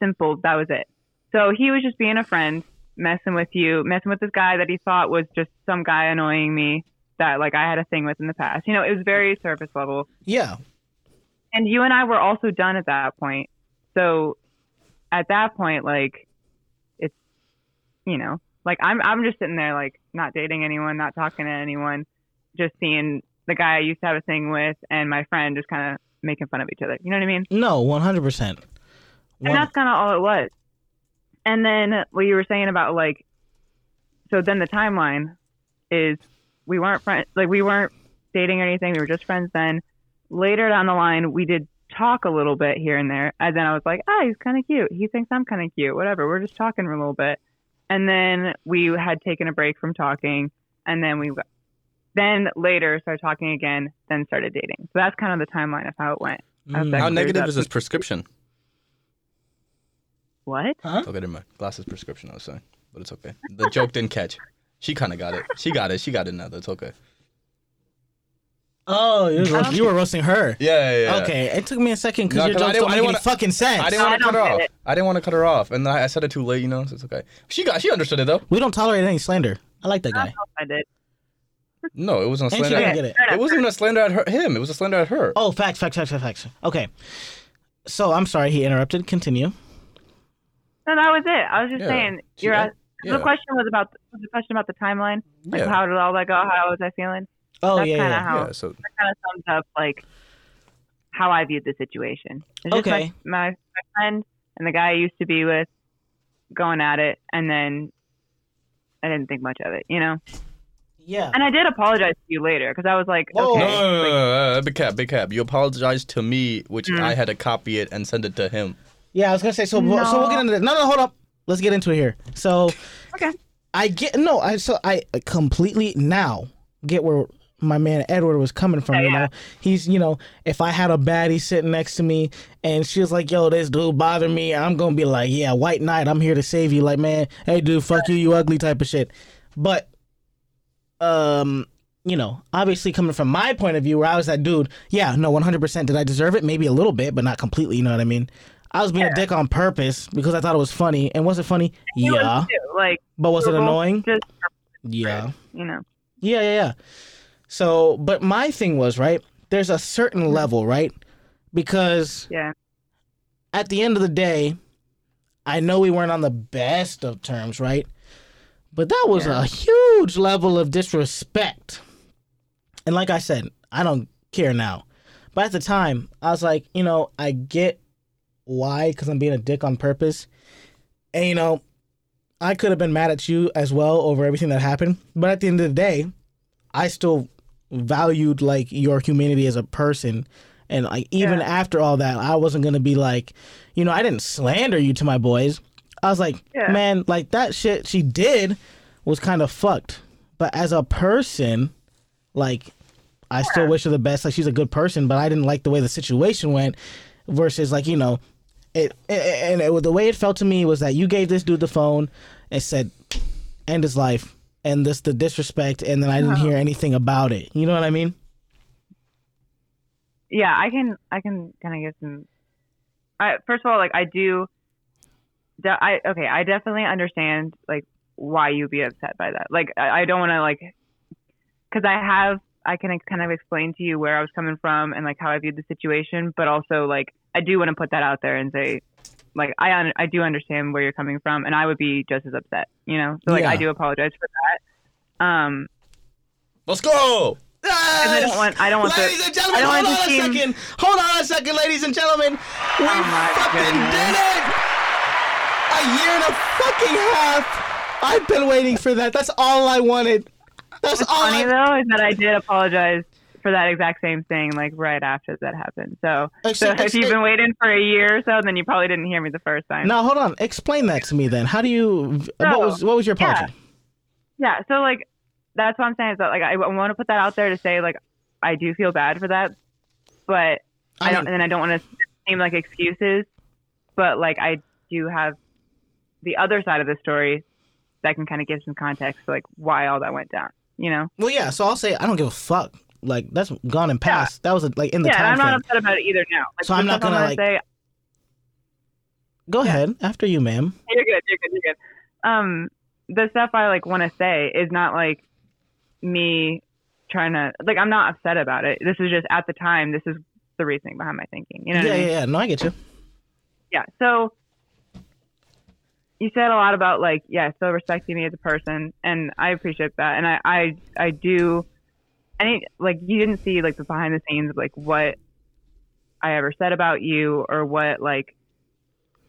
[SPEAKER 3] Simple. That was it. So he was just being a friend, messing with you, messing with this guy that he thought was just some guy annoying me that like I had a thing with in the past. You know, it was very surface level.
[SPEAKER 1] Yeah.
[SPEAKER 3] And you and I were also done at that point. So at that point, like it's you know, like I'm I'm just sitting there like not dating anyone, not talking to anyone, just seeing the guy I used to have a thing with and my friend just kinda making fun of each other. You know what I mean?
[SPEAKER 1] No, 100%.
[SPEAKER 3] And
[SPEAKER 1] One-
[SPEAKER 3] that's kinda all it was. And then what you were saying about like so then the timeline is we weren't friends like we weren't dating or anything, we were just friends then. Later down the line we did talk a little bit here and there and then I was like, Ah, he's kinda cute. He thinks I'm kinda cute, whatever. We're just talking for a little bit. And then we had taken a break from talking and then we then later started talking again, then started dating. So that's kind of the timeline of how it went.
[SPEAKER 1] Mm.
[SPEAKER 3] That
[SPEAKER 2] How
[SPEAKER 3] clears
[SPEAKER 2] negative
[SPEAKER 3] up-
[SPEAKER 2] is this prescription?
[SPEAKER 3] What?
[SPEAKER 2] Okay, never mind. Glasses prescription. I was saying, but it's okay. The joke didn't catch. She kind of got it. She got it. She got it now. That's okay.
[SPEAKER 1] Oh, you, were- you were roasting her.
[SPEAKER 2] Yeah, yeah, yeah.
[SPEAKER 1] Okay, it took me a second because
[SPEAKER 2] No,
[SPEAKER 1] your
[SPEAKER 2] 'cause I
[SPEAKER 1] jokes
[SPEAKER 2] didn't-
[SPEAKER 1] don't
[SPEAKER 2] I
[SPEAKER 1] make
[SPEAKER 2] didn't
[SPEAKER 1] any
[SPEAKER 2] wanna-
[SPEAKER 1] fucking sense.
[SPEAKER 2] I didn't want to
[SPEAKER 3] I
[SPEAKER 2] cut her
[SPEAKER 3] don't
[SPEAKER 2] off.
[SPEAKER 3] get it.
[SPEAKER 2] I didn't want to cut her off, and then I, I said it too late, you know. So it's okay. She got, she understood it though.
[SPEAKER 1] we don't tolerate any slander. I like that
[SPEAKER 3] I
[SPEAKER 1] guy.
[SPEAKER 3] don't find it.
[SPEAKER 2] No, it wasn't a
[SPEAKER 1] And she
[SPEAKER 2] slander.
[SPEAKER 1] didn't
[SPEAKER 2] At,
[SPEAKER 1] get it.
[SPEAKER 2] it wasn't even a slander at her, him. It was a slander at her.
[SPEAKER 1] Oh, facts, facts, facts, facts, facts. Okay. So I'm sorry he interrupted. Continue.
[SPEAKER 3] No, that was it. I was just
[SPEAKER 2] Yeah.
[SPEAKER 3] saying
[SPEAKER 2] She-
[SPEAKER 3] you're
[SPEAKER 2] I-
[SPEAKER 3] ask-
[SPEAKER 2] yeah.
[SPEAKER 3] the question was about was the question about the timeline. Like
[SPEAKER 2] Yeah.
[SPEAKER 3] how did all that go? How was I feeling?
[SPEAKER 1] Oh
[SPEAKER 3] That's
[SPEAKER 1] yeah,
[SPEAKER 3] kinda
[SPEAKER 1] yeah.
[SPEAKER 3] how-
[SPEAKER 2] Yeah. So
[SPEAKER 3] kind of sums up like how I viewed the situation. It's just
[SPEAKER 1] Okay.
[SPEAKER 3] My, my my friend and the guy I used to be with going at it, and then I didn't think much of it, you know.
[SPEAKER 1] yeah.
[SPEAKER 3] And I did apologize to you later because I was like,
[SPEAKER 1] Whoa.
[SPEAKER 2] no,
[SPEAKER 3] okay,
[SPEAKER 2] no, no, no, no, no, big cap, big cap. You apologized to me, which
[SPEAKER 3] Mm.
[SPEAKER 2] I had to copy it and send it to him.
[SPEAKER 1] Yeah, I was gonna say. So, we'll- so we'll get
[SPEAKER 3] No.
[SPEAKER 1] into that. No, no, hold up. Let's get into it here. So,
[SPEAKER 3] Okay.
[SPEAKER 1] I get no. I so I completely now get where my man Edward was coming from. you
[SPEAKER 3] Yeah,
[SPEAKER 1] know, he's you know, if I had a baddie sitting next to me and she was like, "Yo, this dude bother me," I'm gonna be like, "Yeah, white knight, I'm here to save you." Like, man, hey, dude, fuck you, you ugly type of shit. But, um. You know, obviously coming from my point of view, where I was that dude, yeah, no, 100%. Did I deserve it? Maybe a little bit, but not completely. You know what I mean? I was being a dick on purpose because I thought it was funny. And was it funny?
[SPEAKER 3] it was
[SPEAKER 1] Yeah.
[SPEAKER 3] too, Like,
[SPEAKER 1] But was it
[SPEAKER 3] we're both
[SPEAKER 1] annoying?
[SPEAKER 3] Just
[SPEAKER 1] Yeah.
[SPEAKER 3] you know,
[SPEAKER 1] Yeah, yeah, yeah. So, but my thing was, right? There's a certain level, right? Because
[SPEAKER 3] yeah.
[SPEAKER 1] at the end of the day, I know we weren't on the best of terms, right? But that was
[SPEAKER 3] Yeah.
[SPEAKER 1] a huge level of disrespect. And like I said, I don't care now. But at the time, I was like, you know, I get why, because I'm being a dick on purpose. And, you know, I could have been mad at you as well over everything that happened. But at the end of the day, I still valued like your humanity as a person. And like even
[SPEAKER 3] Yeah.
[SPEAKER 1] after all that, I wasn't gonna be like, you know, I didn't slander you to my boys. I was like,
[SPEAKER 3] Yeah.
[SPEAKER 1] man, like that shit she did was kind of fucked. But as a person, like, I still wish her the best. Like she's a good person, but I didn't like the way the situation went. Versus like you know, it and it, the way it felt to me was that you gave this dude the phone and said, end his life, and this the disrespect, and then I didn't
[SPEAKER 3] Uh-huh.
[SPEAKER 1] hear anything about it. You know what I mean?
[SPEAKER 3] yeah i can i can kind of give some I, first of all like i do de- i okay i definitely understand like why you'd be upset by that like i, I don't want to like because i have i can kind of explain to you where i was coming from and like how i viewed the situation but also like i do want to put that out there and say like i un- i do understand where you're coming from and i would be just as upset you know so like i
[SPEAKER 1] Yeah.
[SPEAKER 3] do apologize for that um
[SPEAKER 2] Let's go.
[SPEAKER 3] 'cause i don't want i don't want
[SPEAKER 1] Ladies
[SPEAKER 3] to,
[SPEAKER 1] and gentlemen,
[SPEAKER 3] I
[SPEAKER 1] hold
[SPEAKER 3] don't want
[SPEAKER 1] on
[SPEAKER 3] to
[SPEAKER 1] a
[SPEAKER 3] seem-
[SPEAKER 1] second. Hold on a second, ladies and gentlemen. We
[SPEAKER 3] Oh my
[SPEAKER 1] fucking
[SPEAKER 3] goodness.
[SPEAKER 1] did it! A year and a fucking half. I've been waiting for that. That's all I wanted. That's all I
[SPEAKER 3] funny though is that I did apologize for that exact same thing like right after that happened. So, so
[SPEAKER 1] Except-
[SPEAKER 3] if you've been waiting for a year or so, then you probably didn't hear me the first time.
[SPEAKER 1] Now hold on. Explain that to me then. How do you what
[SPEAKER 3] So,
[SPEAKER 1] was what was your
[SPEAKER 3] yeah.
[SPEAKER 1] apology?
[SPEAKER 3] Yeah. So like that's what I'm saying is that like I, want to put that out there to say like I do feel bad for that, but I,
[SPEAKER 1] I
[SPEAKER 3] don't
[SPEAKER 1] mean-
[SPEAKER 3] and I don't want to seem like excuses, but like I do have the other side of the story that can kind of give some context to like why all that went down. You know?
[SPEAKER 1] Well yeah, so I'll say I don't give a fuck. Like that's gone and past. That was like in the
[SPEAKER 3] yeah, and
[SPEAKER 1] time
[SPEAKER 3] I'm not
[SPEAKER 1] frame.
[SPEAKER 3] upset about it either now. Like,
[SPEAKER 1] So I'm
[SPEAKER 3] the
[SPEAKER 1] not
[SPEAKER 3] stuff
[SPEAKER 1] gonna,
[SPEAKER 3] I'm gonna say
[SPEAKER 1] Go
[SPEAKER 3] yeah.
[SPEAKER 1] ahead. After you, ma'am.
[SPEAKER 3] you're good. You're good. You're good. Um, the stuff I like want to say is not like me trying to like. I'm not upset about it. This is just at the time. This is the reasoning behind my thinking. You know. what I
[SPEAKER 1] yeah,
[SPEAKER 3] mean?
[SPEAKER 1] yeah, yeah. No, I get you.
[SPEAKER 3] yeah. So you said a lot about like, yeah, still respecting me as a person, and I appreciate that, and I, I, I do. I think like you didn't see like the behind the scenes of like what I ever said about you or what like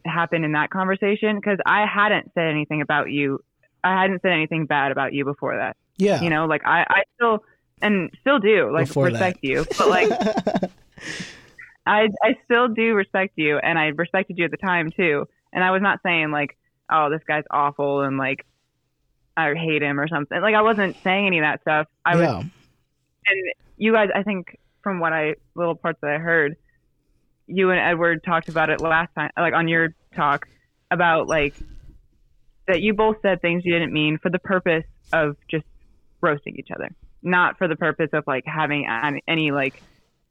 [SPEAKER 3] happened in that conversation because I hadn't said anything about you. I hadn't said anything bad about you before that.
[SPEAKER 1] Yeah.
[SPEAKER 3] You know, like I, I still and still do like
[SPEAKER 1] Before that.
[SPEAKER 3] respect you, but like I, I still do respect you, and I respected you at the time too. And I was not saying like, oh, this guy's awful, and like, I hate him or something. Like I wasn't saying any of that stuff. I was,
[SPEAKER 1] yeah.
[SPEAKER 3] and you guys, I think from what I little parts that I heard, you and Edward talked about it last time, like on your talk about like that you both said things you didn't mean for the purpose of just roasting each other. not for the purpose of like having an- any like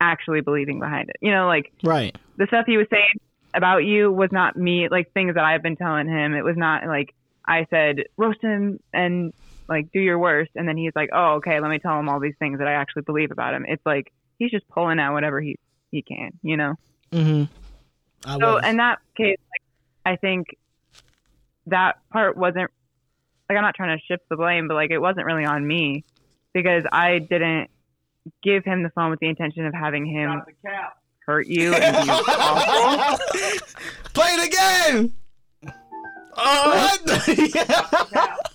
[SPEAKER 3] actually believing behind it. You know, like
[SPEAKER 1] Right.
[SPEAKER 3] the stuff he was saying about you was not me like things that I've been telling him. It was not like I said roast him and like do your worst and then he's like, "Oh, okay, let me tell him all these things that I actually believe about him." It's like he's just pulling out whatever he he can, you know.
[SPEAKER 1] Mm-hmm. I
[SPEAKER 3] So
[SPEAKER 1] was.
[SPEAKER 3] in that case, like, I think that part wasn't like I'm not trying to shift the blame, but like it wasn't really on me because I didn't give him the phone with the intention of having him hurt you. And you
[SPEAKER 1] Play it again. Oh, what?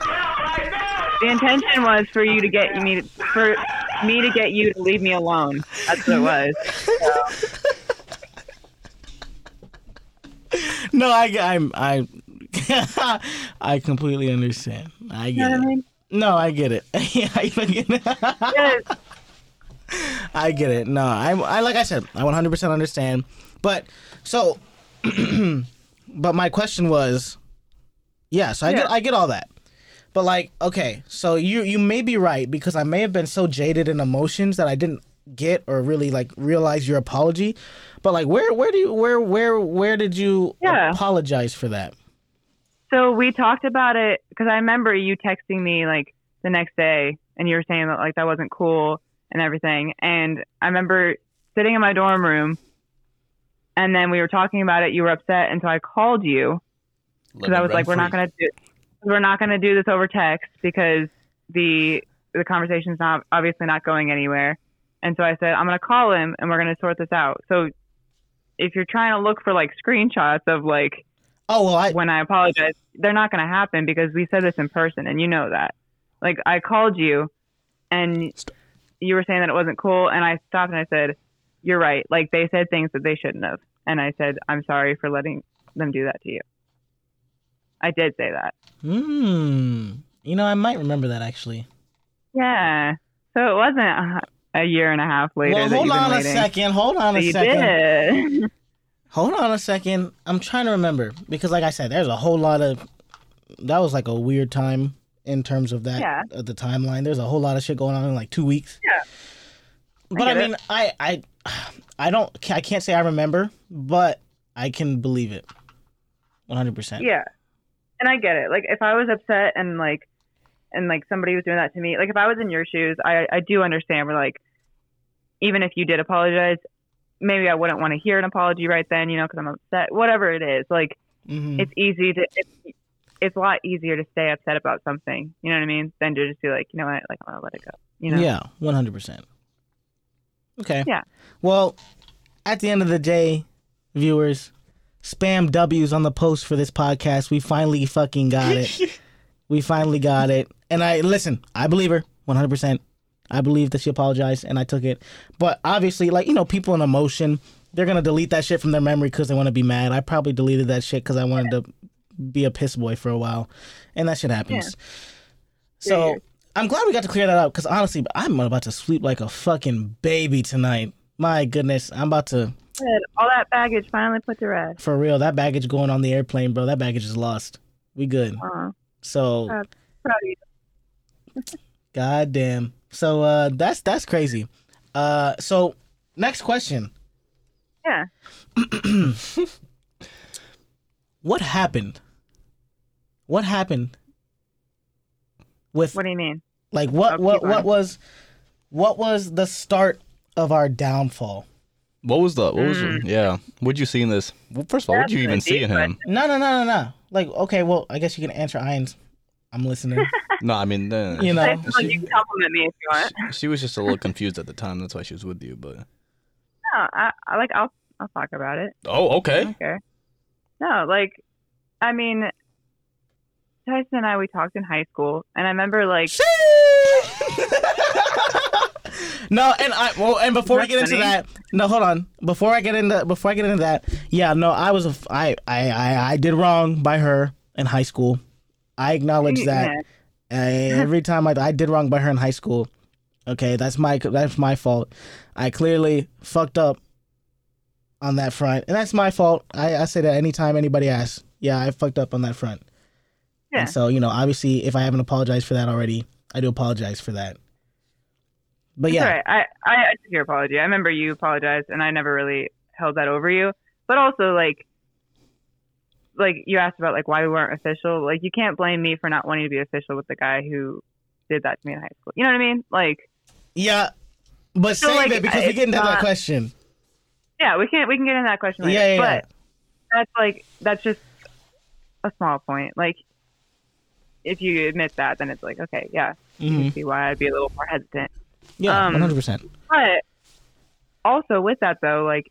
[SPEAKER 3] the intention was for you to get me to, for me to get you to leave me alone. That's what it was.
[SPEAKER 1] no, I, I'm, I, I completely understand. I
[SPEAKER 3] You know
[SPEAKER 1] get
[SPEAKER 3] what I
[SPEAKER 1] it.
[SPEAKER 3] mean?
[SPEAKER 1] No, I get it. Yeah, I get it.
[SPEAKER 3] Yes.
[SPEAKER 1] I get it. No, I, I like I said, I 100% understand. But so, but my question was, yeah. So I get,
[SPEAKER 3] Yeah.
[SPEAKER 1] I get all that. But like, okay, so you you may be right because I may have been so jaded in emotions that I didn't get or really like realize your apology. But like, where where do you where where where did you
[SPEAKER 3] Yeah.
[SPEAKER 1] apologize for that?
[SPEAKER 3] So we talked about it because I remember you texting me like the next day, and you were saying that like that wasn't cool and everything. And I remember sitting in my dorm room, and then we were talking about it. You were upset, and so I called you because I was like, "We're not gonna do, we're not gonna do this over text because the the conversation's not obviously not going anywhere." And so I said, "I'm gonna call him, and we're gonna sort this out." So if you're trying to look for like screenshots of like
[SPEAKER 1] Oh well, I
[SPEAKER 3] when I apologize, they're not going to happen because we said this in person, and you know that. Like I called you, and you were saying that it wasn't cool, and I stopped and I said, "You're right." Like they said things that they shouldn't have, and I said, "I'm sorry for letting them do that to you." I did say that.
[SPEAKER 1] hmm. You know, I might remember that actually.
[SPEAKER 3] Yeah. So it wasn't a, a year and a half later
[SPEAKER 1] Well,
[SPEAKER 3] that
[SPEAKER 1] hold
[SPEAKER 3] you've been
[SPEAKER 1] on
[SPEAKER 3] waiting.
[SPEAKER 1] a second. Hold on
[SPEAKER 3] So
[SPEAKER 1] a
[SPEAKER 3] you
[SPEAKER 1] second.
[SPEAKER 3] did.
[SPEAKER 1] Hold on a second. I'm trying to remember because, like I said, there's a whole lot of that was like a weird time in terms of that
[SPEAKER 3] Yeah.
[SPEAKER 1] of the timeline. There's a whole lot of shit going on in like two weeks.
[SPEAKER 3] Yeah.
[SPEAKER 1] But I,
[SPEAKER 3] I get
[SPEAKER 1] mean, I I I don't I can't say I remember, but I can believe it. 100%.
[SPEAKER 3] Yeah. And I get it. Like if I was upset and like and like somebody was doing that to me, like if I was in your shoes, I I do understand where like even if you did apologize, maybe I wouldn't want to hear an apology right then, you know, because I'm upset, whatever it is. Like
[SPEAKER 1] Mhm.
[SPEAKER 3] it's easy to it's, it's a lot easier to stay upset about something, you know what I mean, than to just be like, you know what, like I'm gonna let it go. You know?
[SPEAKER 1] Yeah, one hundred percent. Okay.
[SPEAKER 3] Yeah.
[SPEAKER 1] Well, at the end of the day, viewers, spam W's on the post for this podcast. We finally fucking got it. we finally got it. And I listen. I believe her one hundred percent. I believe that she apologized, and I took it. But obviously, like you know, people in emotion, they're gonna delete that shit from their memory because they want to be mad. I probably deleted that shit because I wanted to be a piss boy for a while, and that shit happens. So I'm glad we got to clear that up because honestly, I'm about to sleep like a fucking baby tonight. My goodness, I'm about to
[SPEAKER 3] Good. All that baggage finally put to rest.
[SPEAKER 1] for real. That baggage going on the airplane, bro. That baggage is lost. We good.
[SPEAKER 3] Uh,
[SPEAKER 1] So
[SPEAKER 3] Uh, proud of you.
[SPEAKER 1] goddamn. So uh, that's that's crazy. Uh, so next question.
[SPEAKER 3] Yeah.
[SPEAKER 1] What happened? What happened? With
[SPEAKER 3] What do you mean?
[SPEAKER 1] Like what
[SPEAKER 3] I'll
[SPEAKER 1] what
[SPEAKER 3] keep on.
[SPEAKER 1] what was what was the start of our downfall?
[SPEAKER 2] What was the? What was
[SPEAKER 3] Mm.
[SPEAKER 2] the? Yeah. What'd you see in this? Well, first of all, what'd you
[SPEAKER 3] That's
[SPEAKER 2] even
[SPEAKER 3] a
[SPEAKER 2] see in
[SPEAKER 3] deep
[SPEAKER 2] him?
[SPEAKER 1] No no no no no. Like okay, well I guess you can answer Ian's. I'm listening.
[SPEAKER 2] No, I mean, uh,
[SPEAKER 1] You
[SPEAKER 3] I
[SPEAKER 1] know.
[SPEAKER 3] feel like you can compliment me if you want.
[SPEAKER 2] she, she was just a little confused at the time. That's why she was with you. But
[SPEAKER 3] No, I, I like I'll I'll talk about it.
[SPEAKER 2] oh, okay.
[SPEAKER 3] Okay. No, like, I mean, Tyson and I we talked in high school, and I remember like,
[SPEAKER 1] no, and I well, and before we
[SPEAKER 3] That's
[SPEAKER 1] get into
[SPEAKER 3] funny.
[SPEAKER 1] that, no, hold on. Before I get into before I get into that, yeah, no, I was a f- I I I, I did wrong by her in high school. I acknowledge that.
[SPEAKER 3] yeah,
[SPEAKER 1] Uh, every time I, I did wrong by her in high school. Okay, that's my that's my fault. I clearly fucked up on that front, and that's my fault. I, I say that anytime anybody asks. Yeah, I fucked up on that front.
[SPEAKER 3] Yeah.
[SPEAKER 1] And so, you know, obviously, if I haven't apologized for that already, I do apologize for that. But
[SPEAKER 3] It's
[SPEAKER 1] yeah,
[SPEAKER 3] all right. I, I, I took your apology. I remember you apologized, and I never really held that over you. But also, like, like you asked about like why we weren't official. Like, you can't blame me for not wanting to be official with the guy who did that to me in high school. You know what I mean? Like,
[SPEAKER 1] yeah. But
[SPEAKER 3] So,
[SPEAKER 1] save
[SPEAKER 3] like, uh,
[SPEAKER 1] it because we
[SPEAKER 3] it's
[SPEAKER 1] get into that
[SPEAKER 3] not-
[SPEAKER 1] question.
[SPEAKER 3] yeah, we can't we can get into that question later.
[SPEAKER 1] Yeah, yeah,
[SPEAKER 3] but
[SPEAKER 1] yeah.
[SPEAKER 3] that's like that's just a small point. Like, if you admit that, then it's like okay, yeah, you
[SPEAKER 1] Mhm.
[SPEAKER 3] can see why I'd be a little more hesitant.
[SPEAKER 1] Yeah,
[SPEAKER 3] Um,
[SPEAKER 1] one hundred percent.
[SPEAKER 3] But also with that though, like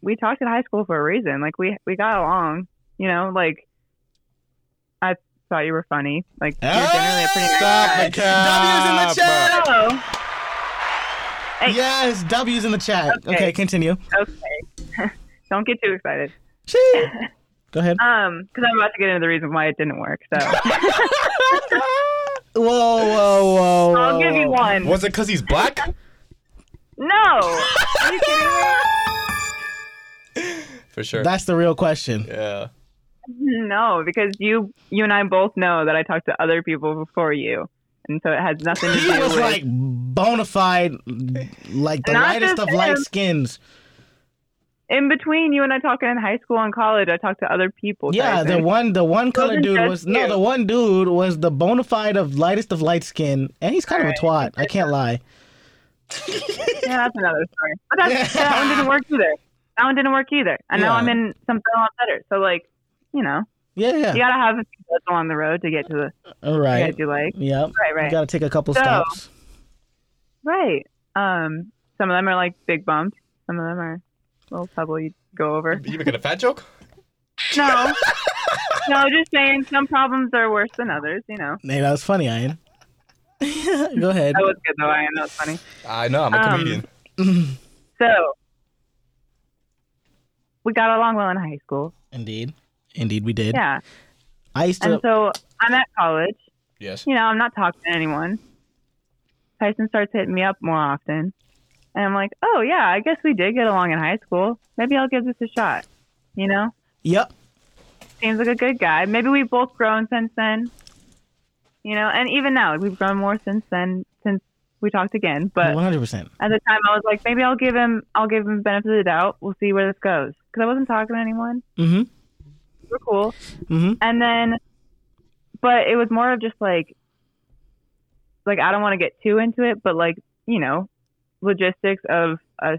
[SPEAKER 3] we talked at high school for a reason. Like we we got along, you know. Like I thought you were funny. Like you're generally a pretty nice
[SPEAKER 1] Ah,
[SPEAKER 3] guy.
[SPEAKER 2] it. guy.
[SPEAKER 1] W's in the chat.
[SPEAKER 3] Hello. Hey.
[SPEAKER 1] Yes, W's in the chat. Okay,
[SPEAKER 3] Okay.
[SPEAKER 1] continue.
[SPEAKER 3] Oh, Okay. Don't get too excited.
[SPEAKER 1] Shee. Go ahead.
[SPEAKER 3] Um, because I'm about to get into the reason why it didn't work. So
[SPEAKER 1] Whoa, whoa, whoa, whoa.
[SPEAKER 3] I'll give you one.
[SPEAKER 2] Was it because he's black?
[SPEAKER 3] No. Are you kidding me?
[SPEAKER 2] For sure.
[SPEAKER 1] That's the real question.
[SPEAKER 2] yeah.
[SPEAKER 3] No, because you you and I both know that I talked to other people before you, and so it has nothing to
[SPEAKER 1] He
[SPEAKER 3] do
[SPEAKER 1] was
[SPEAKER 3] with.
[SPEAKER 1] like bona fide, like the
[SPEAKER 3] Not
[SPEAKER 1] lightest
[SPEAKER 3] just
[SPEAKER 1] of
[SPEAKER 3] him.
[SPEAKER 1] light skins.
[SPEAKER 3] in between you and I talking in high school and college, I talked to other people.
[SPEAKER 1] Yeah, the
[SPEAKER 3] Tyson.
[SPEAKER 1] one, the one color
[SPEAKER 3] Wasn't
[SPEAKER 1] dude
[SPEAKER 3] just
[SPEAKER 1] was no,
[SPEAKER 3] you.
[SPEAKER 1] the one dude was the bona fide of lightest of light skin, and he's kind of a twat. I can't lie.
[SPEAKER 3] yeah, that's another story. But that's, that one didn't work either. That one didn't work either. And now
[SPEAKER 1] Yeah.
[SPEAKER 3] I'm in something a lot better. So like, you know,
[SPEAKER 1] Yeah, yeah.
[SPEAKER 3] you gotta have a few bumps along the road to get to the
[SPEAKER 1] All
[SPEAKER 3] right.
[SPEAKER 1] right.
[SPEAKER 3] you like.
[SPEAKER 1] Yep.
[SPEAKER 3] Right,
[SPEAKER 1] You
[SPEAKER 3] right,
[SPEAKER 1] gotta take a couple
[SPEAKER 3] So-
[SPEAKER 1] stops.
[SPEAKER 3] right. Um, some of them are like big bumps. Some of them are little pebble you go over.
[SPEAKER 2] You making a fat joke?
[SPEAKER 3] No, no, just saying. Some problems are worse than others. You know.
[SPEAKER 1] Hey, that was funny, Ian. Go ahead.
[SPEAKER 3] That was good though. I am. That was funny.
[SPEAKER 2] I know. I'm a
[SPEAKER 3] Um,
[SPEAKER 2] comedian.
[SPEAKER 3] So we got along well in high school.
[SPEAKER 1] Indeed. Indeed, we did.
[SPEAKER 3] Yeah.
[SPEAKER 1] I used to.
[SPEAKER 3] And so I'm at college.
[SPEAKER 2] Yes.
[SPEAKER 3] You know, I'm not talking to anyone. Tyson starts hitting me up more often. And I'm like, oh, yeah, I guess we did get along in high school. Maybe I'll give this a shot. You know,
[SPEAKER 1] Yep.
[SPEAKER 3] seems like a good guy. Maybe we've both grown since then. You know, and even now, we've grown more since then, since we talked again. But
[SPEAKER 1] One hundred percent.
[SPEAKER 3] at the time, I was like, maybe I'll give him, I'll give him benefit of the doubt. We'll see where this goes. Because I wasn't talking to anyone.
[SPEAKER 1] Mhm.
[SPEAKER 3] We're cool.
[SPEAKER 1] Mhm.
[SPEAKER 3] And then, but it was more of just like, like I don't want to get too into it, but like you know, logistics of us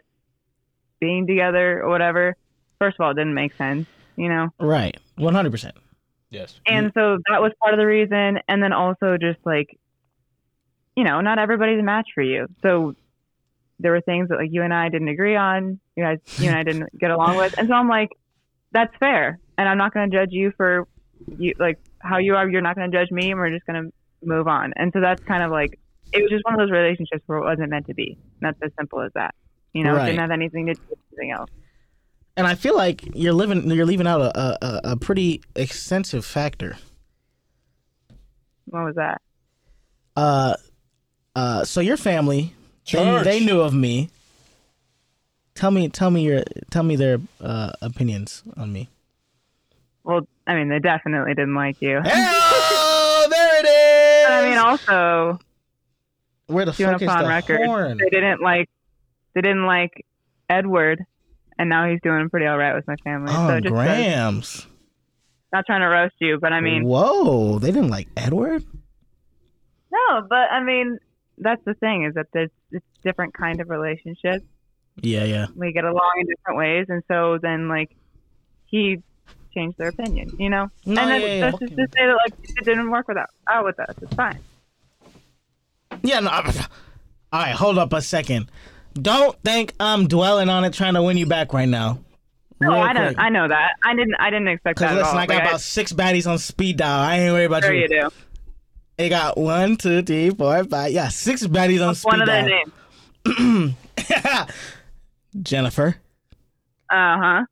[SPEAKER 3] being together or whatever. First of all, it didn't make sense, you know.
[SPEAKER 1] Right. One hundred percent.
[SPEAKER 2] Yes.
[SPEAKER 3] And so that was part of the reason. And then also just like, you know, not everybody's a match for you. So there were things that like you and I didn't agree on. You guys, you and I didn't get along with. And so I'm like, that's fair. And I'm not going to judge you for you, like how you are. You're not going to judge me. And we're just going to move on. And so that's kind of like, it was just one of those relationships where it wasn't meant to be. And that's as simple as that. You know,
[SPEAKER 1] Right.
[SPEAKER 3] it didn't have anything to do with anything else.
[SPEAKER 1] And I feel like you're living, you're leaving out a, a- a, a pretty extensive factor.
[SPEAKER 3] What was that?
[SPEAKER 1] Uh, uh, so your family, they,
[SPEAKER 2] Church.
[SPEAKER 1] they knew of me. Tell me, tell me your, tell me their uh, opinions on me.
[SPEAKER 3] Well, I mean, they definitely didn't like you.
[SPEAKER 2] Oh, there it is.
[SPEAKER 3] But I mean, also,
[SPEAKER 1] Where the
[SPEAKER 3] Doing
[SPEAKER 1] fuck is
[SPEAKER 3] upon
[SPEAKER 1] the
[SPEAKER 3] record.
[SPEAKER 1] horn?
[SPEAKER 3] they didn't like they didn't like Edward, and now he's doing pretty all right with my family. so
[SPEAKER 1] Oh,
[SPEAKER 3] it just goes-
[SPEAKER 1] Grams.
[SPEAKER 3] not trying to roast you, but I mean,
[SPEAKER 1] whoa, they didn't like Edward.
[SPEAKER 3] no, but I mean that's the thing is that there's it's different kind of relationship.
[SPEAKER 1] Yeah, yeah.
[SPEAKER 3] We get along in different ways, and so then like he changed their opinion, you know.
[SPEAKER 1] No,
[SPEAKER 3] and then
[SPEAKER 1] yeah, yeah,
[SPEAKER 3] that's
[SPEAKER 1] okay.
[SPEAKER 3] just to say that like it didn't work without out with us. It's fine.
[SPEAKER 1] Yeah, no. I- all right, hold up a second. Don't think I'm dwelling on it, trying to win you back right now.
[SPEAKER 3] No,
[SPEAKER 1] Real
[SPEAKER 3] I don't.
[SPEAKER 1] quick.
[SPEAKER 3] I know that. I didn't. I didn't expect
[SPEAKER 1] Cause
[SPEAKER 3] that at
[SPEAKER 1] listen,
[SPEAKER 3] all.
[SPEAKER 1] I got
[SPEAKER 3] Like,
[SPEAKER 1] about six baddies on speed dial. I ain't worried about
[SPEAKER 3] sure
[SPEAKER 1] you.
[SPEAKER 3] you do.
[SPEAKER 1] They got one, two, three, four, five. Yeah, six baddies on speed
[SPEAKER 3] One of their
[SPEAKER 1] dial.
[SPEAKER 3] names.
[SPEAKER 1] Jennifer.
[SPEAKER 3] Uh huh.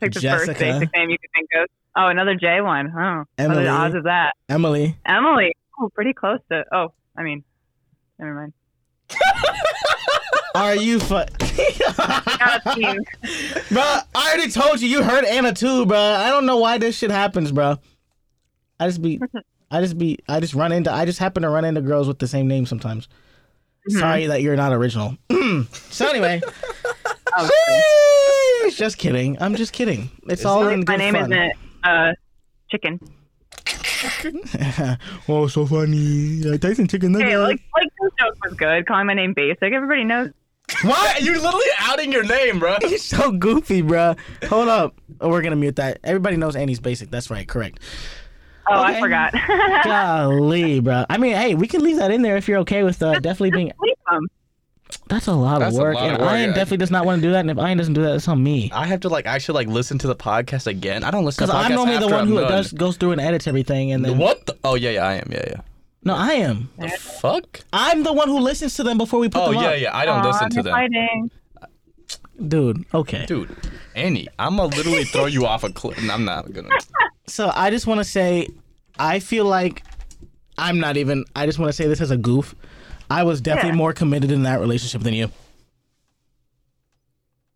[SPEAKER 3] Pick the
[SPEAKER 1] Jessica.
[SPEAKER 3] first basic name you could think of. Oh, another J one. Oh, what are
[SPEAKER 1] Emily.
[SPEAKER 3] the odds of that?
[SPEAKER 1] Emily.
[SPEAKER 3] Emily. Oh, pretty close to. Oh, I mean, never mind.
[SPEAKER 1] Are you fu-
[SPEAKER 3] Got a team.
[SPEAKER 1] Bruh, I already told you. You heard Anna too, bruh. I don't know why this shit happens, bruh. I I just be, I just be, I just run into, I just happen to run into girls with the same name sometimes.
[SPEAKER 3] Mm-hmm.
[SPEAKER 1] Sorry that you're not original. so anyway, sheesh, just kidding. I'm just kidding. It's all in good
[SPEAKER 3] My name
[SPEAKER 1] fun.
[SPEAKER 3] isn't uh, Chicken.
[SPEAKER 1] oh, so funny. Yeah, Tyson chicken
[SPEAKER 3] Okay,
[SPEAKER 1] nugget.
[SPEAKER 3] like like this joke was good. Calling my name basic, everybody knows.
[SPEAKER 2] Why? You're literally outing your name, bro.
[SPEAKER 1] He's so goofy, bruh. Hold up. Oh, we're gonna mute that. Everybody knows Annie's basic. That's right. Correct.
[SPEAKER 3] Oh,
[SPEAKER 1] Okay.
[SPEAKER 3] I forgot.
[SPEAKER 1] Golly, bruh. I mean, hey, we can leave that in there if you're okay with uh, definitely being.
[SPEAKER 3] Leave 'em.
[SPEAKER 1] That's a lot
[SPEAKER 2] That's a
[SPEAKER 1] of work,
[SPEAKER 2] lot
[SPEAKER 1] and
[SPEAKER 2] of work,
[SPEAKER 1] Ian
[SPEAKER 2] yeah.
[SPEAKER 1] definitely does not want to do that. And if Ian doesn't do that, it's on me.
[SPEAKER 2] I have to like actually like listen to the podcast again. I don't listen
[SPEAKER 1] Because
[SPEAKER 2] to podcasts
[SPEAKER 1] I'm normally the
[SPEAKER 2] after
[SPEAKER 1] one
[SPEAKER 2] I'm
[SPEAKER 1] who
[SPEAKER 2] done.
[SPEAKER 1] does goes through and edits everything, and then
[SPEAKER 2] What? The? Oh yeah, yeah, I am. Yeah, yeah.
[SPEAKER 1] no, I am.
[SPEAKER 2] The fuck?
[SPEAKER 1] I'm the one who listens to them before we put
[SPEAKER 2] Oh
[SPEAKER 1] them
[SPEAKER 2] yeah,
[SPEAKER 1] up.
[SPEAKER 2] yeah. I don't
[SPEAKER 3] Aw,
[SPEAKER 2] listen to
[SPEAKER 3] you're
[SPEAKER 2] them,
[SPEAKER 3] fighting.
[SPEAKER 1] Dude, okay.
[SPEAKER 2] dude. Annie, I'm gonna literally throw you off a cliff. No, I'm not gonna.
[SPEAKER 1] So I just want to say, I feel like I'm not even. I just want to say this as a goof. I was definitely
[SPEAKER 3] Yeah.
[SPEAKER 1] more committed in that relationship than you.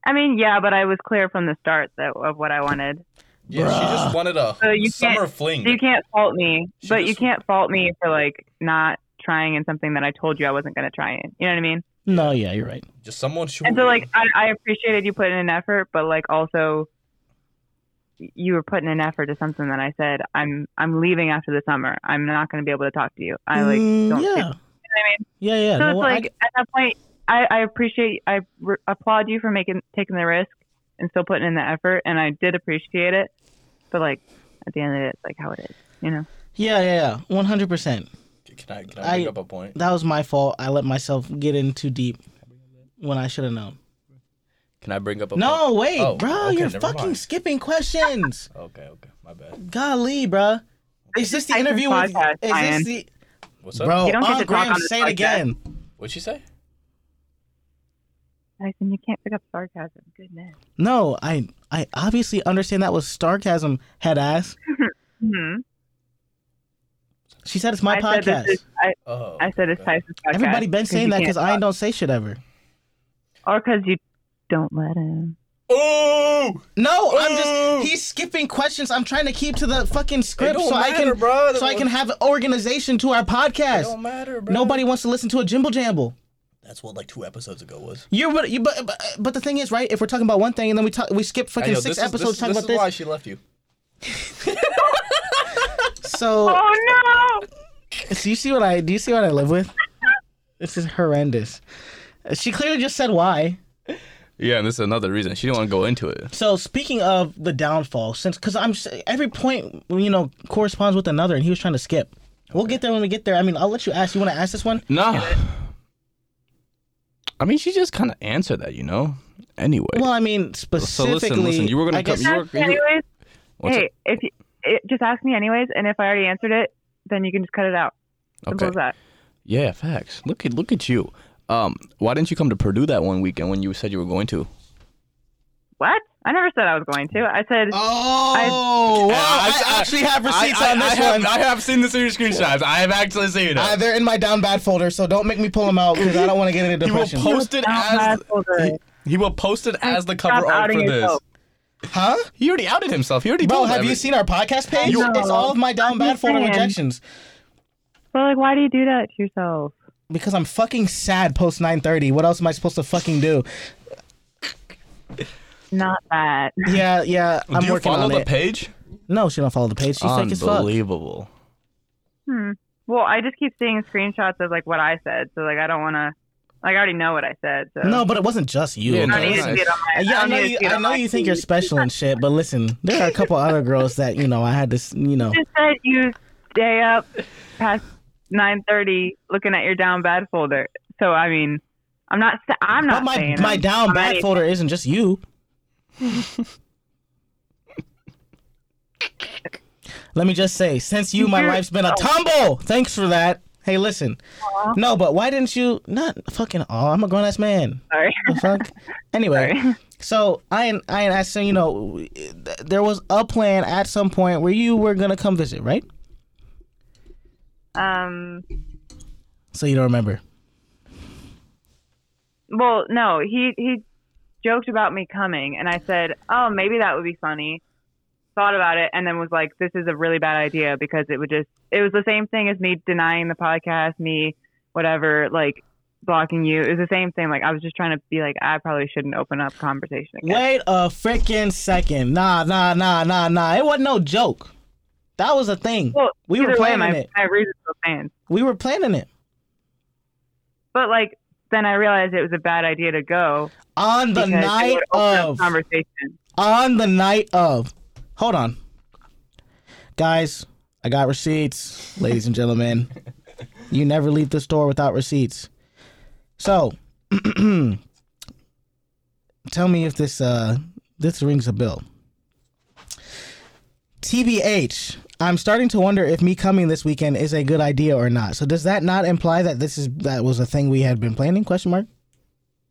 [SPEAKER 3] I mean, yeah, but I was clear from the start that of what I wanted.
[SPEAKER 2] Yeah, she just wanted a
[SPEAKER 3] So you
[SPEAKER 2] summer
[SPEAKER 3] can't-
[SPEAKER 2] fling.
[SPEAKER 3] You can't fault me,
[SPEAKER 2] She
[SPEAKER 3] but
[SPEAKER 2] just-
[SPEAKER 3] you can't fault me for like not trying in something that I told you I wasn't going to try in. You know what I mean?
[SPEAKER 1] No, yeah, you're right.
[SPEAKER 2] Just someone who.
[SPEAKER 3] And so like I, I appreciated you putting in effort, but like also you were putting in effort to something that I said I'm I'm leaving after the summer. I'm not going to be able to talk to you. I like
[SPEAKER 1] Mm,
[SPEAKER 3] don't.
[SPEAKER 1] yeah.
[SPEAKER 3] think- I mean?
[SPEAKER 1] yeah, yeah,
[SPEAKER 3] So
[SPEAKER 1] No,
[SPEAKER 3] it's
[SPEAKER 1] well, I
[SPEAKER 3] like
[SPEAKER 1] g-
[SPEAKER 3] at that point, I, I appreciate I re- applaud you for making taking the risk and still putting in the effort, and I did appreciate it. But like at the end of it, it's like how it is, you know.
[SPEAKER 1] yeah, yeah, yeah, one hundred percent.
[SPEAKER 2] can I, can I bring
[SPEAKER 1] I-
[SPEAKER 2] up a point?
[SPEAKER 1] That was my fault. I let myself get in too deep when I should have known.
[SPEAKER 2] Can I bring up a
[SPEAKER 1] No, wait,
[SPEAKER 2] Oh,
[SPEAKER 1] bro,
[SPEAKER 2] okay,
[SPEAKER 1] you're
[SPEAKER 2] never
[SPEAKER 1] fucking
[SPEAKER 2] mind.
[SPEAKER 1] skipping questions.
[SPEAKER 2] Point? Okay, okay, my bad.
[SPEAKER 1] Golly, bro. Is this the
[SPEAKER 3] Tyson's
[SPEAKER 1] interview with?
[SPEAKER 3] podcast,
[SPEAKER 1] Is
[SPEAKER 3] Ryan.
[SPEAKER 1] this the
[SPEAKER 2] What's up?
[SPEAKER 1] bro?
[SPEAKER 3] You don't get
[SPEAKER 1] Aunt
[SPEAKER 3] to talk
[SPEAKER 1] Graham,
[SPEAKER 3] on this
[SPEAKER 1] say it
[SPEAKER 3] podcast.
[SPEAKER 1] again.
[SPEAKER 2] What'd she say?
[SPEAKER 3] Tyson, you can't pick up sarcasm. Goodness.
[SPEAKER 1] No, I I obviously understand that was sarcasm, head ass.
[SPEAKER 3] hmm
[SPEAKER 1] She said it's my
[SPEAKER 3] I said
[SPEAKER 1] podcast.
[SPEAKER 3] this is, I,
[SPEAKER 2] Oh,
[SPEAKER 3] I said it's
[SPEAKER 2] okay.
[SPEAKER 3] Tyson's podcast.
[SPEAKER 1] Everybody been saying
[SPEAKER 3] you
[SPEAKER 1] that
[SPEAKER 3] can't
[SPEAKER 1] because I don't say shit ever.
[SPEAKER 3] or because you don't let him.
[SPEAKER 2] Oh,
[SPEAKER 1] No, I'm
[SPEAKER 2] Ooh.
[SPEAKER 1] just he's skipping questions. I'm trying to keep to the fucking
[SPEAKER 2] it
[SPEAKER 1] script
[SPEAKER 2] don't
[SPEAKER 1] so I
[SPEAKER 2] matter,
[SPEAKER 1] can
[SPEAKER 2] bro.
[SPEAKER 1] so I can have organization to our
[SPEAKER 2] It
[SPEAKER 1] podcast.
[SPEAKER 2] don't matter, bro.
[SPEAKER 1] Nobody wants to listen to a jimble jamble.
[SPEAKER 2] That's what like two episodes ago was.
[SPEAKER 1] You're what you but, but but the thing is, right? If we're talking about one thing and then we talk we skip fucking
[SPEAKER 2] Hey, yo,
[SPEAKER 1] six
[SPEAKER 2] this is-
[SPEAKER 1] episodes
[SPEAKER 2] this,
[SPEAKER 1] talking
[SPEAKER 2] this
[SPEAKER 1] about this.
[SPEAKER 2] is why she left you.
[SPEAKER 1] So,
[SPEAKER 3] Oh no!
[SPEAKER 1] so you see what I do you see what I live with? This is horrendous. She clearly just said why.
[SPEAKER 2] Yeah, and this is another reason she didn't want to go into it.
[SPEAKER 1] So speaking of the downfall, since because I'm s- every point you know corresponds with another, and he was trying to skip. We'll get there when we get there. I mean, I'll let you ask. You want to ask this one?
[SPEAKER 2] No. I mean, she just kind of answered that, you know. Anyway,
[SPEAKER 1] Well, I mean specifically.
[SPEAKER 2] listen, listen, you were gonna
[SPEAKER 1] I
[SPEAKER 2] come-
[SPEAKER 1] guess-
[SPEAKER 2] You were-
[SPEAKER 3] Ask me
[SPEAKER 2] you-
[SPEAKER 3] anyways.
[SPEAKER 2] What's
[SPEAKER 3] hey, if you, it, just ask me anyways, and if I already answered it, then you can just cut it out. Simple
[SPEAKER 2] okay,
[SPEAKER 3] as that.
[SPEAKER 2] yeah, facts. Look at look at you. Um, why didn't you come to Purdue that one weekend when you said you were going to?
[SPEAKER 3] What? I never said I was going to. I said
[SPEAKER 1] oh, wow, I, actually have receipts on this one.
[SPEAKER 2] have seen the series screenshots. I have actually seen it.
[SPEAKER 1] Uh, they're in my down bad folder, so don't make me pull them out because I don't want to get into
[SPEAKER 2] he will
[SPEAKER 1] depression.
[SPEAKER 2] post it
[SPEAKER 3] Not
[SPEAKER 2] as
[SPEAKER 3] bad folder.
[SPEAKER 2] he will post it as the
[SPEAKER 3] Stop
[SPEAKER 2] cover art
[SPEAKER 3] outing
[SPEAKER 2] for this.
[SPEAKER 3] yourself.
[SPEAKER 1] Huh?
[SPEAKER 2] He already outed himself. He already
[SPEAKER 1] Bro,
[SPEAKER 2] told
[SPEAKER 1] have you
[SPEAKER 2] every-
[SPEAKER 1] seen our podcast page?
[SPEAKER 3] You-
[SPEAKER 1] It's all of my down
[SPEAKER 3] I'm
[SPEAKER 1] bad
[SPEAKER 3] just
[SPEAKER 1] folder
[SPEAKER 3] saying.
[SPEAKER 1] rejections
[SPEAKER 3] But like, why do you do that to yourself?
[SPEAKER 1] because I'm fucking sad post 9:30. What else am I supposed to fucking do?
[SPEAKER 3] Not that.
[SPEAKER 1] Yeah, yeah, I'm
[SPEAKER 2] Do you
[SPEAKER 1] working
[SPEAKER 2] follow
[SPEAKER 1] on
[SPEAKER 2] the
[SPEAKER 1] it.
[SPEAKER 2] page?
[SPEAKER 1] No, she don't follow the page. She's fake as fuck.
[SPEAKER 2] Unbelievable.
[SPEAKER 3] Hmm. Well, I just keep seeing screenshots of like what I said, so like I don't want to. Like I already know what I said, so
[SPEAKER 1] No, but it wasn't just you.
[SPEAKER 2] Yeah,
[SPEAKER 1] okay?
[SPEAKER 2] no,
[SPEAKER 3] I don't need
[SPEAKER 2] it's
[SPEAKER 3] to
[SPEAKER 2] nice.
[SPEAKER 3] see it on my.
[SPEAKER 1] Uh, yeah, I
[SPEAKER 3] don't
[SPEAKER 1] know.
[SPEAKER 3] need to
[SPEAKER 1] You,
[SPEAKER 3] see it
[SPEAKER 1] I
[SPEAKER 3] on
[SPEAKER 1] know
[SPEAKER 3] my
[SPEAKER 1] you think you're
[SPEAKER 3] feed.
[SPEAKER 1] special and shit, but listen, there are a couple other girls that you know I had this. You know,
[SPEAKER 3] You just said you stay up past nine thirty looking at your down bad folder. So I mean, I'm not. sa- I'm
[SPEAKER 1] but
[SPEAKER 3] not
[SPEAKER 1] my
[SPEAKER 3] saying
[SPEAKER 1] my
[SPEAKER 3] I'm-
[SPEAKER 1] down
[SPEAKER 3] I'm
[SPEAKER 1] bad
[SPEAKER 3] at-
[SPEAKER 1] folder isn't just you. Let me just say, since you, my
[SPEAKER 3] You're-
[SPEAKER 1] life's been a tumble. Thanks for that. Hey, listen.
[SPEAKER 3] Aw.
[SPEAKER 1] No, but why didn't you? Not fucking. Oh, I'm a grown ass man.
[SPEAKER 3] Sorry.
[SPEAKER 1] The fuck. Anyway.
[SPEAKER 3] Sorry.
[SPEAKER 1] So I I asked you, you know, th- there was a plan at some point where you were gonna come visit, right?
[SPEAKER 3] Um.
[SPEAKER 1] So you don't remember.
[SPEAKER 3] Well, no, he he joked about me coming, and I said, "Oh, maybe that would be funny." thought about it and then was like, this is a really bad idea because it would just, it was the same thing as me denying the podcast, me whatever, like blocking you. It was the same thing. Like I was just trying to be like, I probably shouldn't open up conversation again.
[SPEAKER 1] Wait a freaking second. Nah, nah, nah, nah, nah. It wasn't no joke. That was a thing.
[SPEAKER 3] Well,
[SPEAKER 1] we were
[SPEAKER 3] either way,
[SPEAKER 1] planning
[SPEAKER 3] my,
[SPEAKER 1] it.
[SPEAKER 3] my reasons were fans.
[SPEAKER 1] We were planning it.
[SPEAKER 3] But like, then I realized it was a bad idea to go
[SPEAKER 1] On the
[SPEAKER 3] because it
[SPEAKER 1] night
[SPEAKER 3] would open up
[SPEAKER 1] of.
[SPEAKER 3] conversation.
[SPEAKER 1] on the night of. Hold on. Guys, I got receipts, ladies and gentlemen. You never leave the store without receipts. So, tell me if this uh this rings a bell. TBH, I'm starting to wonder if me coming this weekend is a good idea or not. So does that not imply that this is that was a thing we had been planning? Question mark.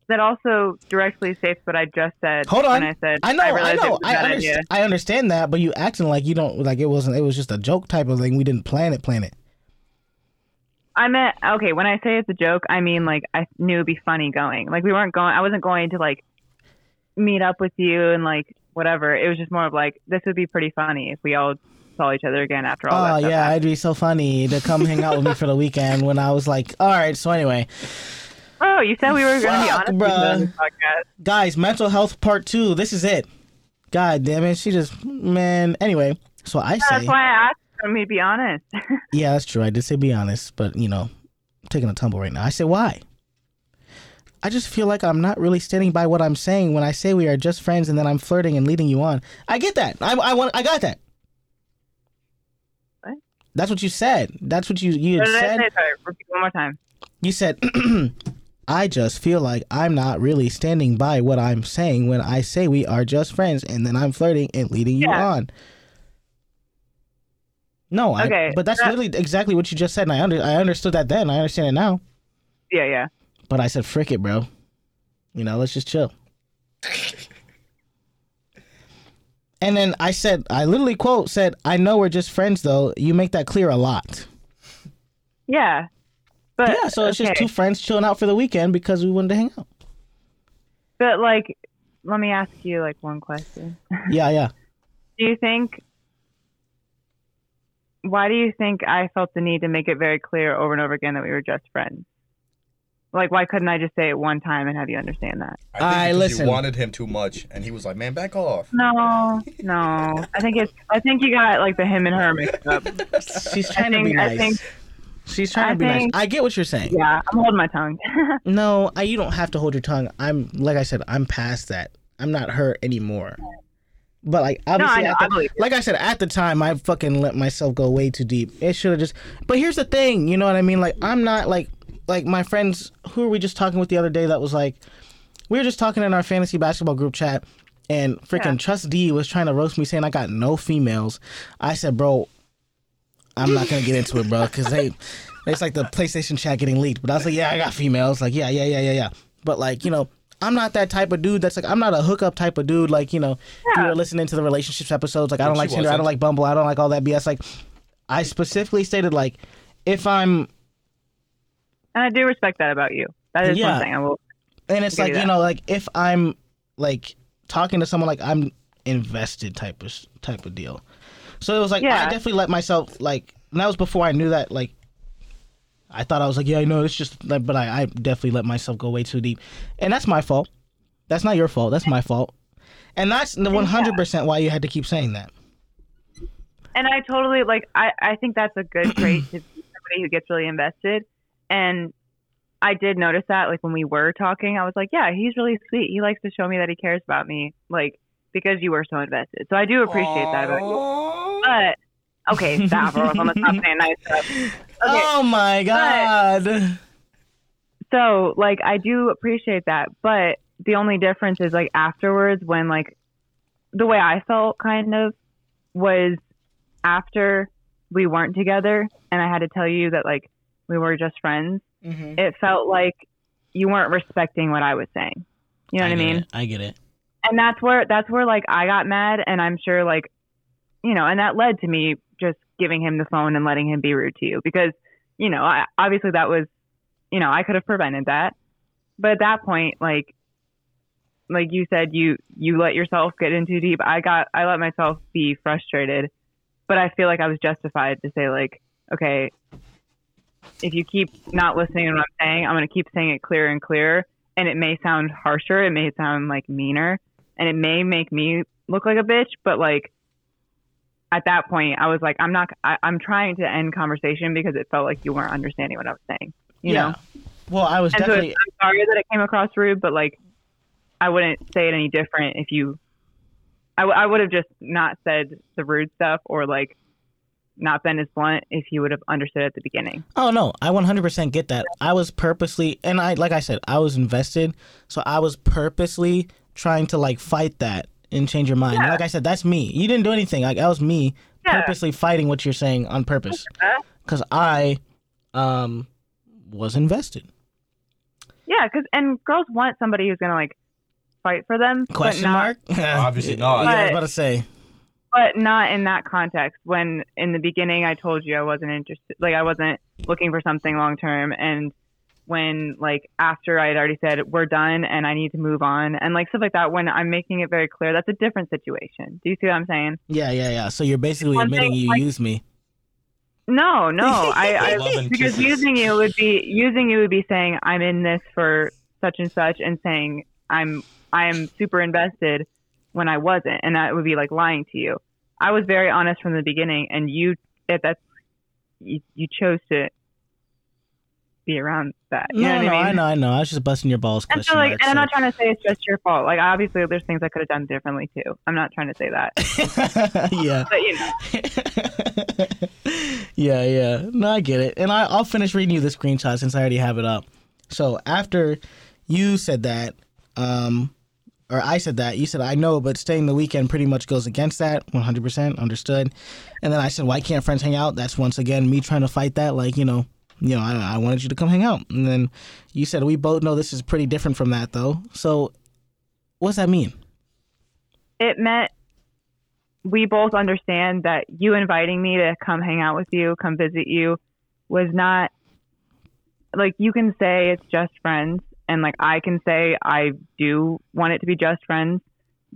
[SPEAKER 3] That also directly states what I just said.
[SPEAKER 1] Hold on.
[SPEAKER 3] When I said
[SPEAKER 1] I know, I,
[SPEAKER 3] realized it
[SPEAKER 1] know.
[SPEAKER 3] was a
[SPEAKER 1] I,
[SPEAKER 3] bad
[SPEAKER 1] underst-
[SPEAKER 3] idea.
[SPEAKER 1] I understand that, but you acting like you don't like it wasn't. It was just a joke type of thing. We didn't plan it. Plan it.
[SPEAKER 3] I meant okay. When I say it's a joke, I mean like I knew it'd be funny going. Like we weren't going. I wasn't going to like meet up with you and like whatever. It was just more of like this would be pretty funny if we all saw each other again after all.
[SPEAKER 1] Oh
[SPEAKER 3] that stuff
[SPEAKER 1] yeah,
[SPEAKER 3] happened.
[SPEAKER 1] it'd be so funny to come hang out with me for the weekend. When I was like, all right. So anyway,
[SPEAKER 3] Oh, you said we were going to be
[SPEAKER 1] Fuck,
[SPEAKER 3] honest with you on this
[SPEAKER 1] bruh.
[SPEAKER 3] podcast.
[SPEAKER 1] guys, mental health part two. This is it. God damn it, she just man. Anyway, so I
[SPEAKER 3] That's
[SPEAKER 1] say,
[SPEAKER 3] why I asked for me to be honest.
[SPEAKER 1] yeah, that's true. I did say be honest, but you know, taking a tumble right now. I say why. I just feel like I'm not really standing by what I'm saying when I say we are just friends and then I'm flirting and leading you on. I get that. I, I want. I got that.
[SPEAKER 3] What?
[SPEAKER 1] That's what you said. That's what you you
[SPEAKER 3] what
[SPEAKER 1] had
[SPEAKER 3] did I
[SPEAKER 1] said.
[SPEAKER 3] say? Sorry, repeat one more time.
[SPEAKER 1] You said, "I just feel like I'm not really standing by what I'm saying when I say we are just friends and then I'm flirting and leading you
[SPEAKER 3] Yeah.
[SPEAKER 1] on." No, I,
[SPEAKER 3] Okay,
[SPEAKER 1] but that's
[SPEAKER 3] that-
[SPEAKER 1] literally exactly what you just said, and I under, I understood that then. I understand it now.
[SPEAKER 3] Yeah, yeah.
[SPEAKER 1] But I said, frick it, bro. You know, let's just chill. and then I said, I literally quote said, I know we're just friends though. You make that clear a lot.
[SPEAKER 3] Yeah. But
[SPEAKER 1] yeah, so it's just
[SPEAKER 3] okay.
[SPEAKER 1] two friends chilling out for the weekend because we wanted to hang out.
[SPEAKER 3] But like let me ask you like one question.
[SPEAKER 1] Yeah, yeah.
[SPEAKER 3] Do you think why do you think I felt the need to make it very clear over and over again that we were just friends? Like why couldn't I just say it one time and have you understand that?
[SPEAKER 2] I
[SPEAKER 1] Alright,
[SPEAKER 2] because
[SPEAKER 1] listen.
[SPEAKER 2] You wanted him too much, and he was like, "Man, back off."
[SPEAKER 3] No, no. I think it's I think you got like the him and her mixed up.
[SPEAKER 1] She's
[SPEAKER 3] I
[SPEAKER 1] trying to be
[SPEAKER 3] think
[SPEAKER 1] nice.
[SPEAKER 3] I think
[SPEAKER 1] She's trying
[SPEAKER 3] I
[SPEAKER 1] to be
[SPEAKER 3] think-
[SPEAKER 1] nice. I get what you're saying.
[SPEAKER 3] yeah, I'm holding my tongue.
[SPEAKER 1] No, I, you don't have to hold your tongue. I'm like I said, I'm past that. I'm not hurt anymore. But like
[SPEAKER 3] no, I
[SPEAKER 1] obviously,
[SPEAKER 3] know,
[SPEAKER 1] at the-
[SPEAKER 3] I believe you.
[SPEAKER 1] like I said at the time, I fucking let myself go way too deep. It should have just. But here's the thing, you know what I mean? Like I'm not like like my friends who were we just talking with the other day that was like we were just talking in our fantasy basketball group chat and freaking
[SPEAKER 3] Yeah.
[SPEAKER 1] Trust D was trying to roast me saying I got no females. I said, bro, I'm not gonna get into it, bro, because they it's like the PlayStation chat getting leaked. But I was like, yeah, I got females. Like, yeah, yeah, yeah, yeah, yeah. But like, you know, I'm not that type of dude. That's like, I'm not a hookup type of dude. Like, you know, you
[SPEAKER 3] Yeah.
[SPEAKER 1] were listening to the relationships episodes. Like, I don't
[SPEAKER 2] Which
[SPEAKER 1] like
[SPEAKER 2] he
[SPEAKER 1] Tinder. I don't
[SPEAKER 2] wasn't.
[SPEAKER 1] like Bumble. I don't like all that BS. Like, I specifically stated like, if I'm
[SPEAKER 3] And I do respect that about you. That is
[SPEAKER 1] Yeah.
[SPEAKER 3] one thing I will
[SPEAKER 1] and it's
[SPEAKER 3] Give
[SPEAKER 1] like
[SPEAKER 3] you
[SPEAKER 1] you
[SPEAKER 3] that.
[SPEAKER 1] know like if i'm like talking to someone like i'm invested type of s- type of deal so it was like i
[SPEAKER 3] Yeah.
[SPEAKER 1] definitely let myself like and that was before i knew that like i thought i was like yeah i know it's just like, but I, I definitely let myself go way too deep and that's my fault that's not your fault that's my fault and that's the 100% why you had to keep saying that
[SPEAKER 3] and I totally like I, I think that's a good trait to be somebody who gets really invested. And I did notice that like when we were talking, I was like, Yeah, he's really sweet. He likes to show me that he cares about me, like because you were so invested. So I do appreciate that about you. But okay, stop or else I'm gonna stop saying nice stuff. Okay.
[SPEAKER 1] oh my god
[SPEAKER 3] So like I do appreciate that, but the only difference is like afterwards when like the way I felt kind of was after we weren't together and I had to tell you that like we were just friends,
[SPEAKER 2] Mm-hmm.
[SPEAKER 3] it felt like you weren't respecting what I was saying. You know what I
[SPEAKER 1] get
[SPEAKER 3] mean?
[SPEAKER 1] it. i get it
[SPEAKER 3] And that's where that's where like I got mad and I'm sure like you know, and that led to me just giving him the phone and letting him be rude to you because, you know, I, obviously that was, you know, I could have prevented that. But at that point, like, like you said, you you let yourself get in too deep. I got I let myself be frustrated, but I feel like I was justified to say like, okay, if you keep not listening to what I'm saying, I'm gonna keep saying it clearer and clearer, and it may sound harsher, it may sound like meaner, and it may make me look like a bitch, but like at that point, I was like, I'm not, I, I'm trying to end conversation because it felt like you weren't understanding what I was saying, you know?
[SPEAKER 1] Well, I was
[SPEAKER 3] And so
[SPEAKER 1] definitely
[SPEAKER 3] it's- I'm sorry that it came across rude, but like, I wouldn't say it any different if you. I, w- I would have just not said the rude stuff or like not been as blunt if you would have understood at the beginning.
[SPEAKER 1] Oh no, I 100% get that. I was purposely and I like I said, I was invested, so I was purposely trying to like fight that and change your mind. And Like I said, that's me. You didn't do anything. Like that was me
[SPEAKER 3] Yeah.
[SPEAKER 1] purposely fighting what you're saying on purpose.
[SPEAKER 3] Huh?
[SPEAKER 1] Cuz I um was invested.
[SPEAKER 3] Yeah, because and girls want somebody who's gonna like fight for them,
[SPEAKER 1] Question
[SPEAKER 3] but not
[SPEAKER 1] mark?
[SPEAKER 2] Obviously not.
[SPEAKER 1] Yeah, I was
[SPEAKER 3] But-
[SPEAKER 1] about to say.
[SPEAKER 3] but not in that context when in the beginning i told you i wasn't interested like i wasn't looking for something long term and when like after i had already said we're done and i need to move on and like stuff like that when i'm making it very clear that's a different situation do you see what i'm saying
[SPEAKER 1] Yeah, yeah, yeah. So you're basically
[SPEAKER 3] One
[SPEAKER 1] admitting
[SPEAKER 3] thing,
[SPEAKER 1] you
[SPEAKER 3] like-
[SPEAKER 1] used me.
[SPEAKER 3] no no i,
[SPEAKER 4] Love
[SPEAKER 3] I
[SPEAKER 4] and
[SPEAKER 3] because
[SPEAKER 4] kisses.
[SPEAKER 3] using you would be using you would be saying i'm in this for such and such and saying i'm i'm super invested when i wasn't and that would be like lying to you I was very honest from the beginning, and you if that's you, you chose to be around that. You
[SPEAKER 1] No,
[SPEAKER 3] know what
[SPEAKER 1] no,
[SPEAKER 3] I
[SPEAKER 1] I,
[SPEAKER 3] mean?
[SPEAKER 1] know, I know. I was just busting your balls.
[SPEAKER 3] And so,
[SPEAKER 1] question
[SPEAKER 3] like,
[SPEAKER 1] mark,
[SPEAKER 3] and
[SPEAKER 1] so-
[SPEAKER 3] I'm not trying to say it's just your fault. Like, obviously, there's things I could have done differently too. I'm not trying to say that,
[SPEAKER 1] yeah.
[SPEAKER 3] but you know,
[SPEAKER 1] yeah, yeah. No, I get it. And I, I'll finish reading you the screenshot since I already have it up. So after you said that, um, or I said that, you said, I know, but staying the weekend pretty much goes against that. 100% understood. And then I said, why can't friends hang out? That's once again me trying to fight that. Like, you know, you know, I, I wanted you to come hang out. And then you said, we both know this is pretty different from that, though. So what's that mean?
[SPEAKER 3] it meant we both understand that you inviting me to come hang out with you, come visit you, was not like you can say it's just friends, and like I can say I do want it to be just friends,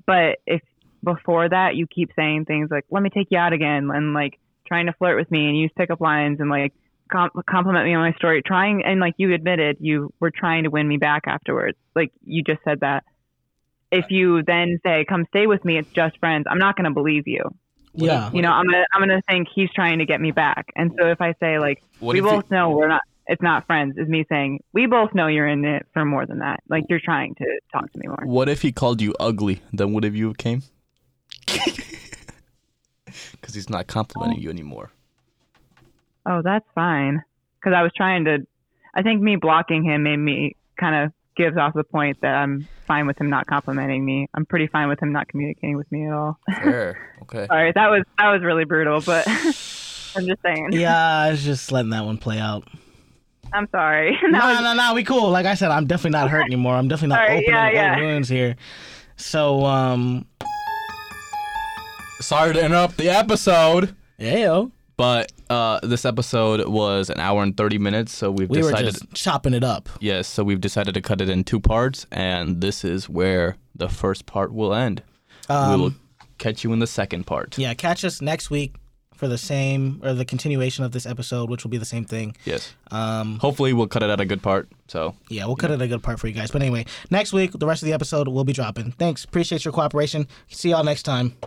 [SPEAKER 3] but if before that you keep saying things like "let me take you out again" and like trying to flirt with me and use pickup lines and like com- compliment me on my story, trying and like you admitted you were trying to win me back afterwards, like you just said that. If you then say, "Come stay with me," it's just friends. I'm not going to believe you.
[SPEAKER 1] Yeah.
[SPEAKER 3] You know, I'm gonna I'm gonna think he's trying to get me back. And so if I say like
[SPEAKER 4] What
[SPEAKER 3] we
[SPEAKER 4] if you-
[SPEAKER 3] both know we're not it's not friends is me saying we both know you're in it for more than that. Like you're trying to talk to me more.
[SPEAKER 4] What if he called you ugly? Then would have you came? Because he's not complimenting you anymore.
[SPEAKER 3] Oh, that's fine. Because I was trying to. I think me blocking him made me kind of gives off the point that I'm fine with him not complimenting me. I'm pretty fine with him not communicating with me at all.
[SPEAKER 4] Fair. Okay.
[SPEAKER 3] Sorry, that was that was really brutal, but I'm just saying.
[SPEAKER 1] Yeah, I was just letting that one play out.
[SPEAKER 3] I'm sorry. That
[SPEAKER 1] No,
[SPEAKER 3] was-
[SPEAKER 1] no, no, we cool. Like I said, I'm definitely not hurt anymore. I'm definitely not
[SPEAKER 3] All right,
[SPEAKER 1] opening
[SPEAKER 3] yeah,
[SPEAKER 1] old
[SPEAKER 3] yeah.
[SPEAKER 1] wounds here. So, um,
[SPEAKER 4] Sorry to interrupt the episode.
[SPEAKER 1] yeah, yo,
[SPEAKER 4] But uh, this episode was an hour and 30 minutes, so we've
[SPEAKER 1] we
[SPEAKER 4] decided.
[SPEAKER 1] were just chopping it up.
[SPEAKER 4] Yes, so we've decided to cut it in two parts, and this is where the first part will end. we will catch you in the second part.
[SPEAKER 1] Um, Yeah, catch us next week for the same or the continuation of this episode, which will be the same thing.
[SPEAKER 4] Yes.
[SPEAKER 1] Um,
[SPEAKER 4] Hopefully, we'll cut it out a good part. So,
[SPEAKER 1] yeah, we'll cut it a good part for you guys. But anyway, next week the rest of the episode will be dropping. Thanks, appreciate your cooperation. See y'all next time.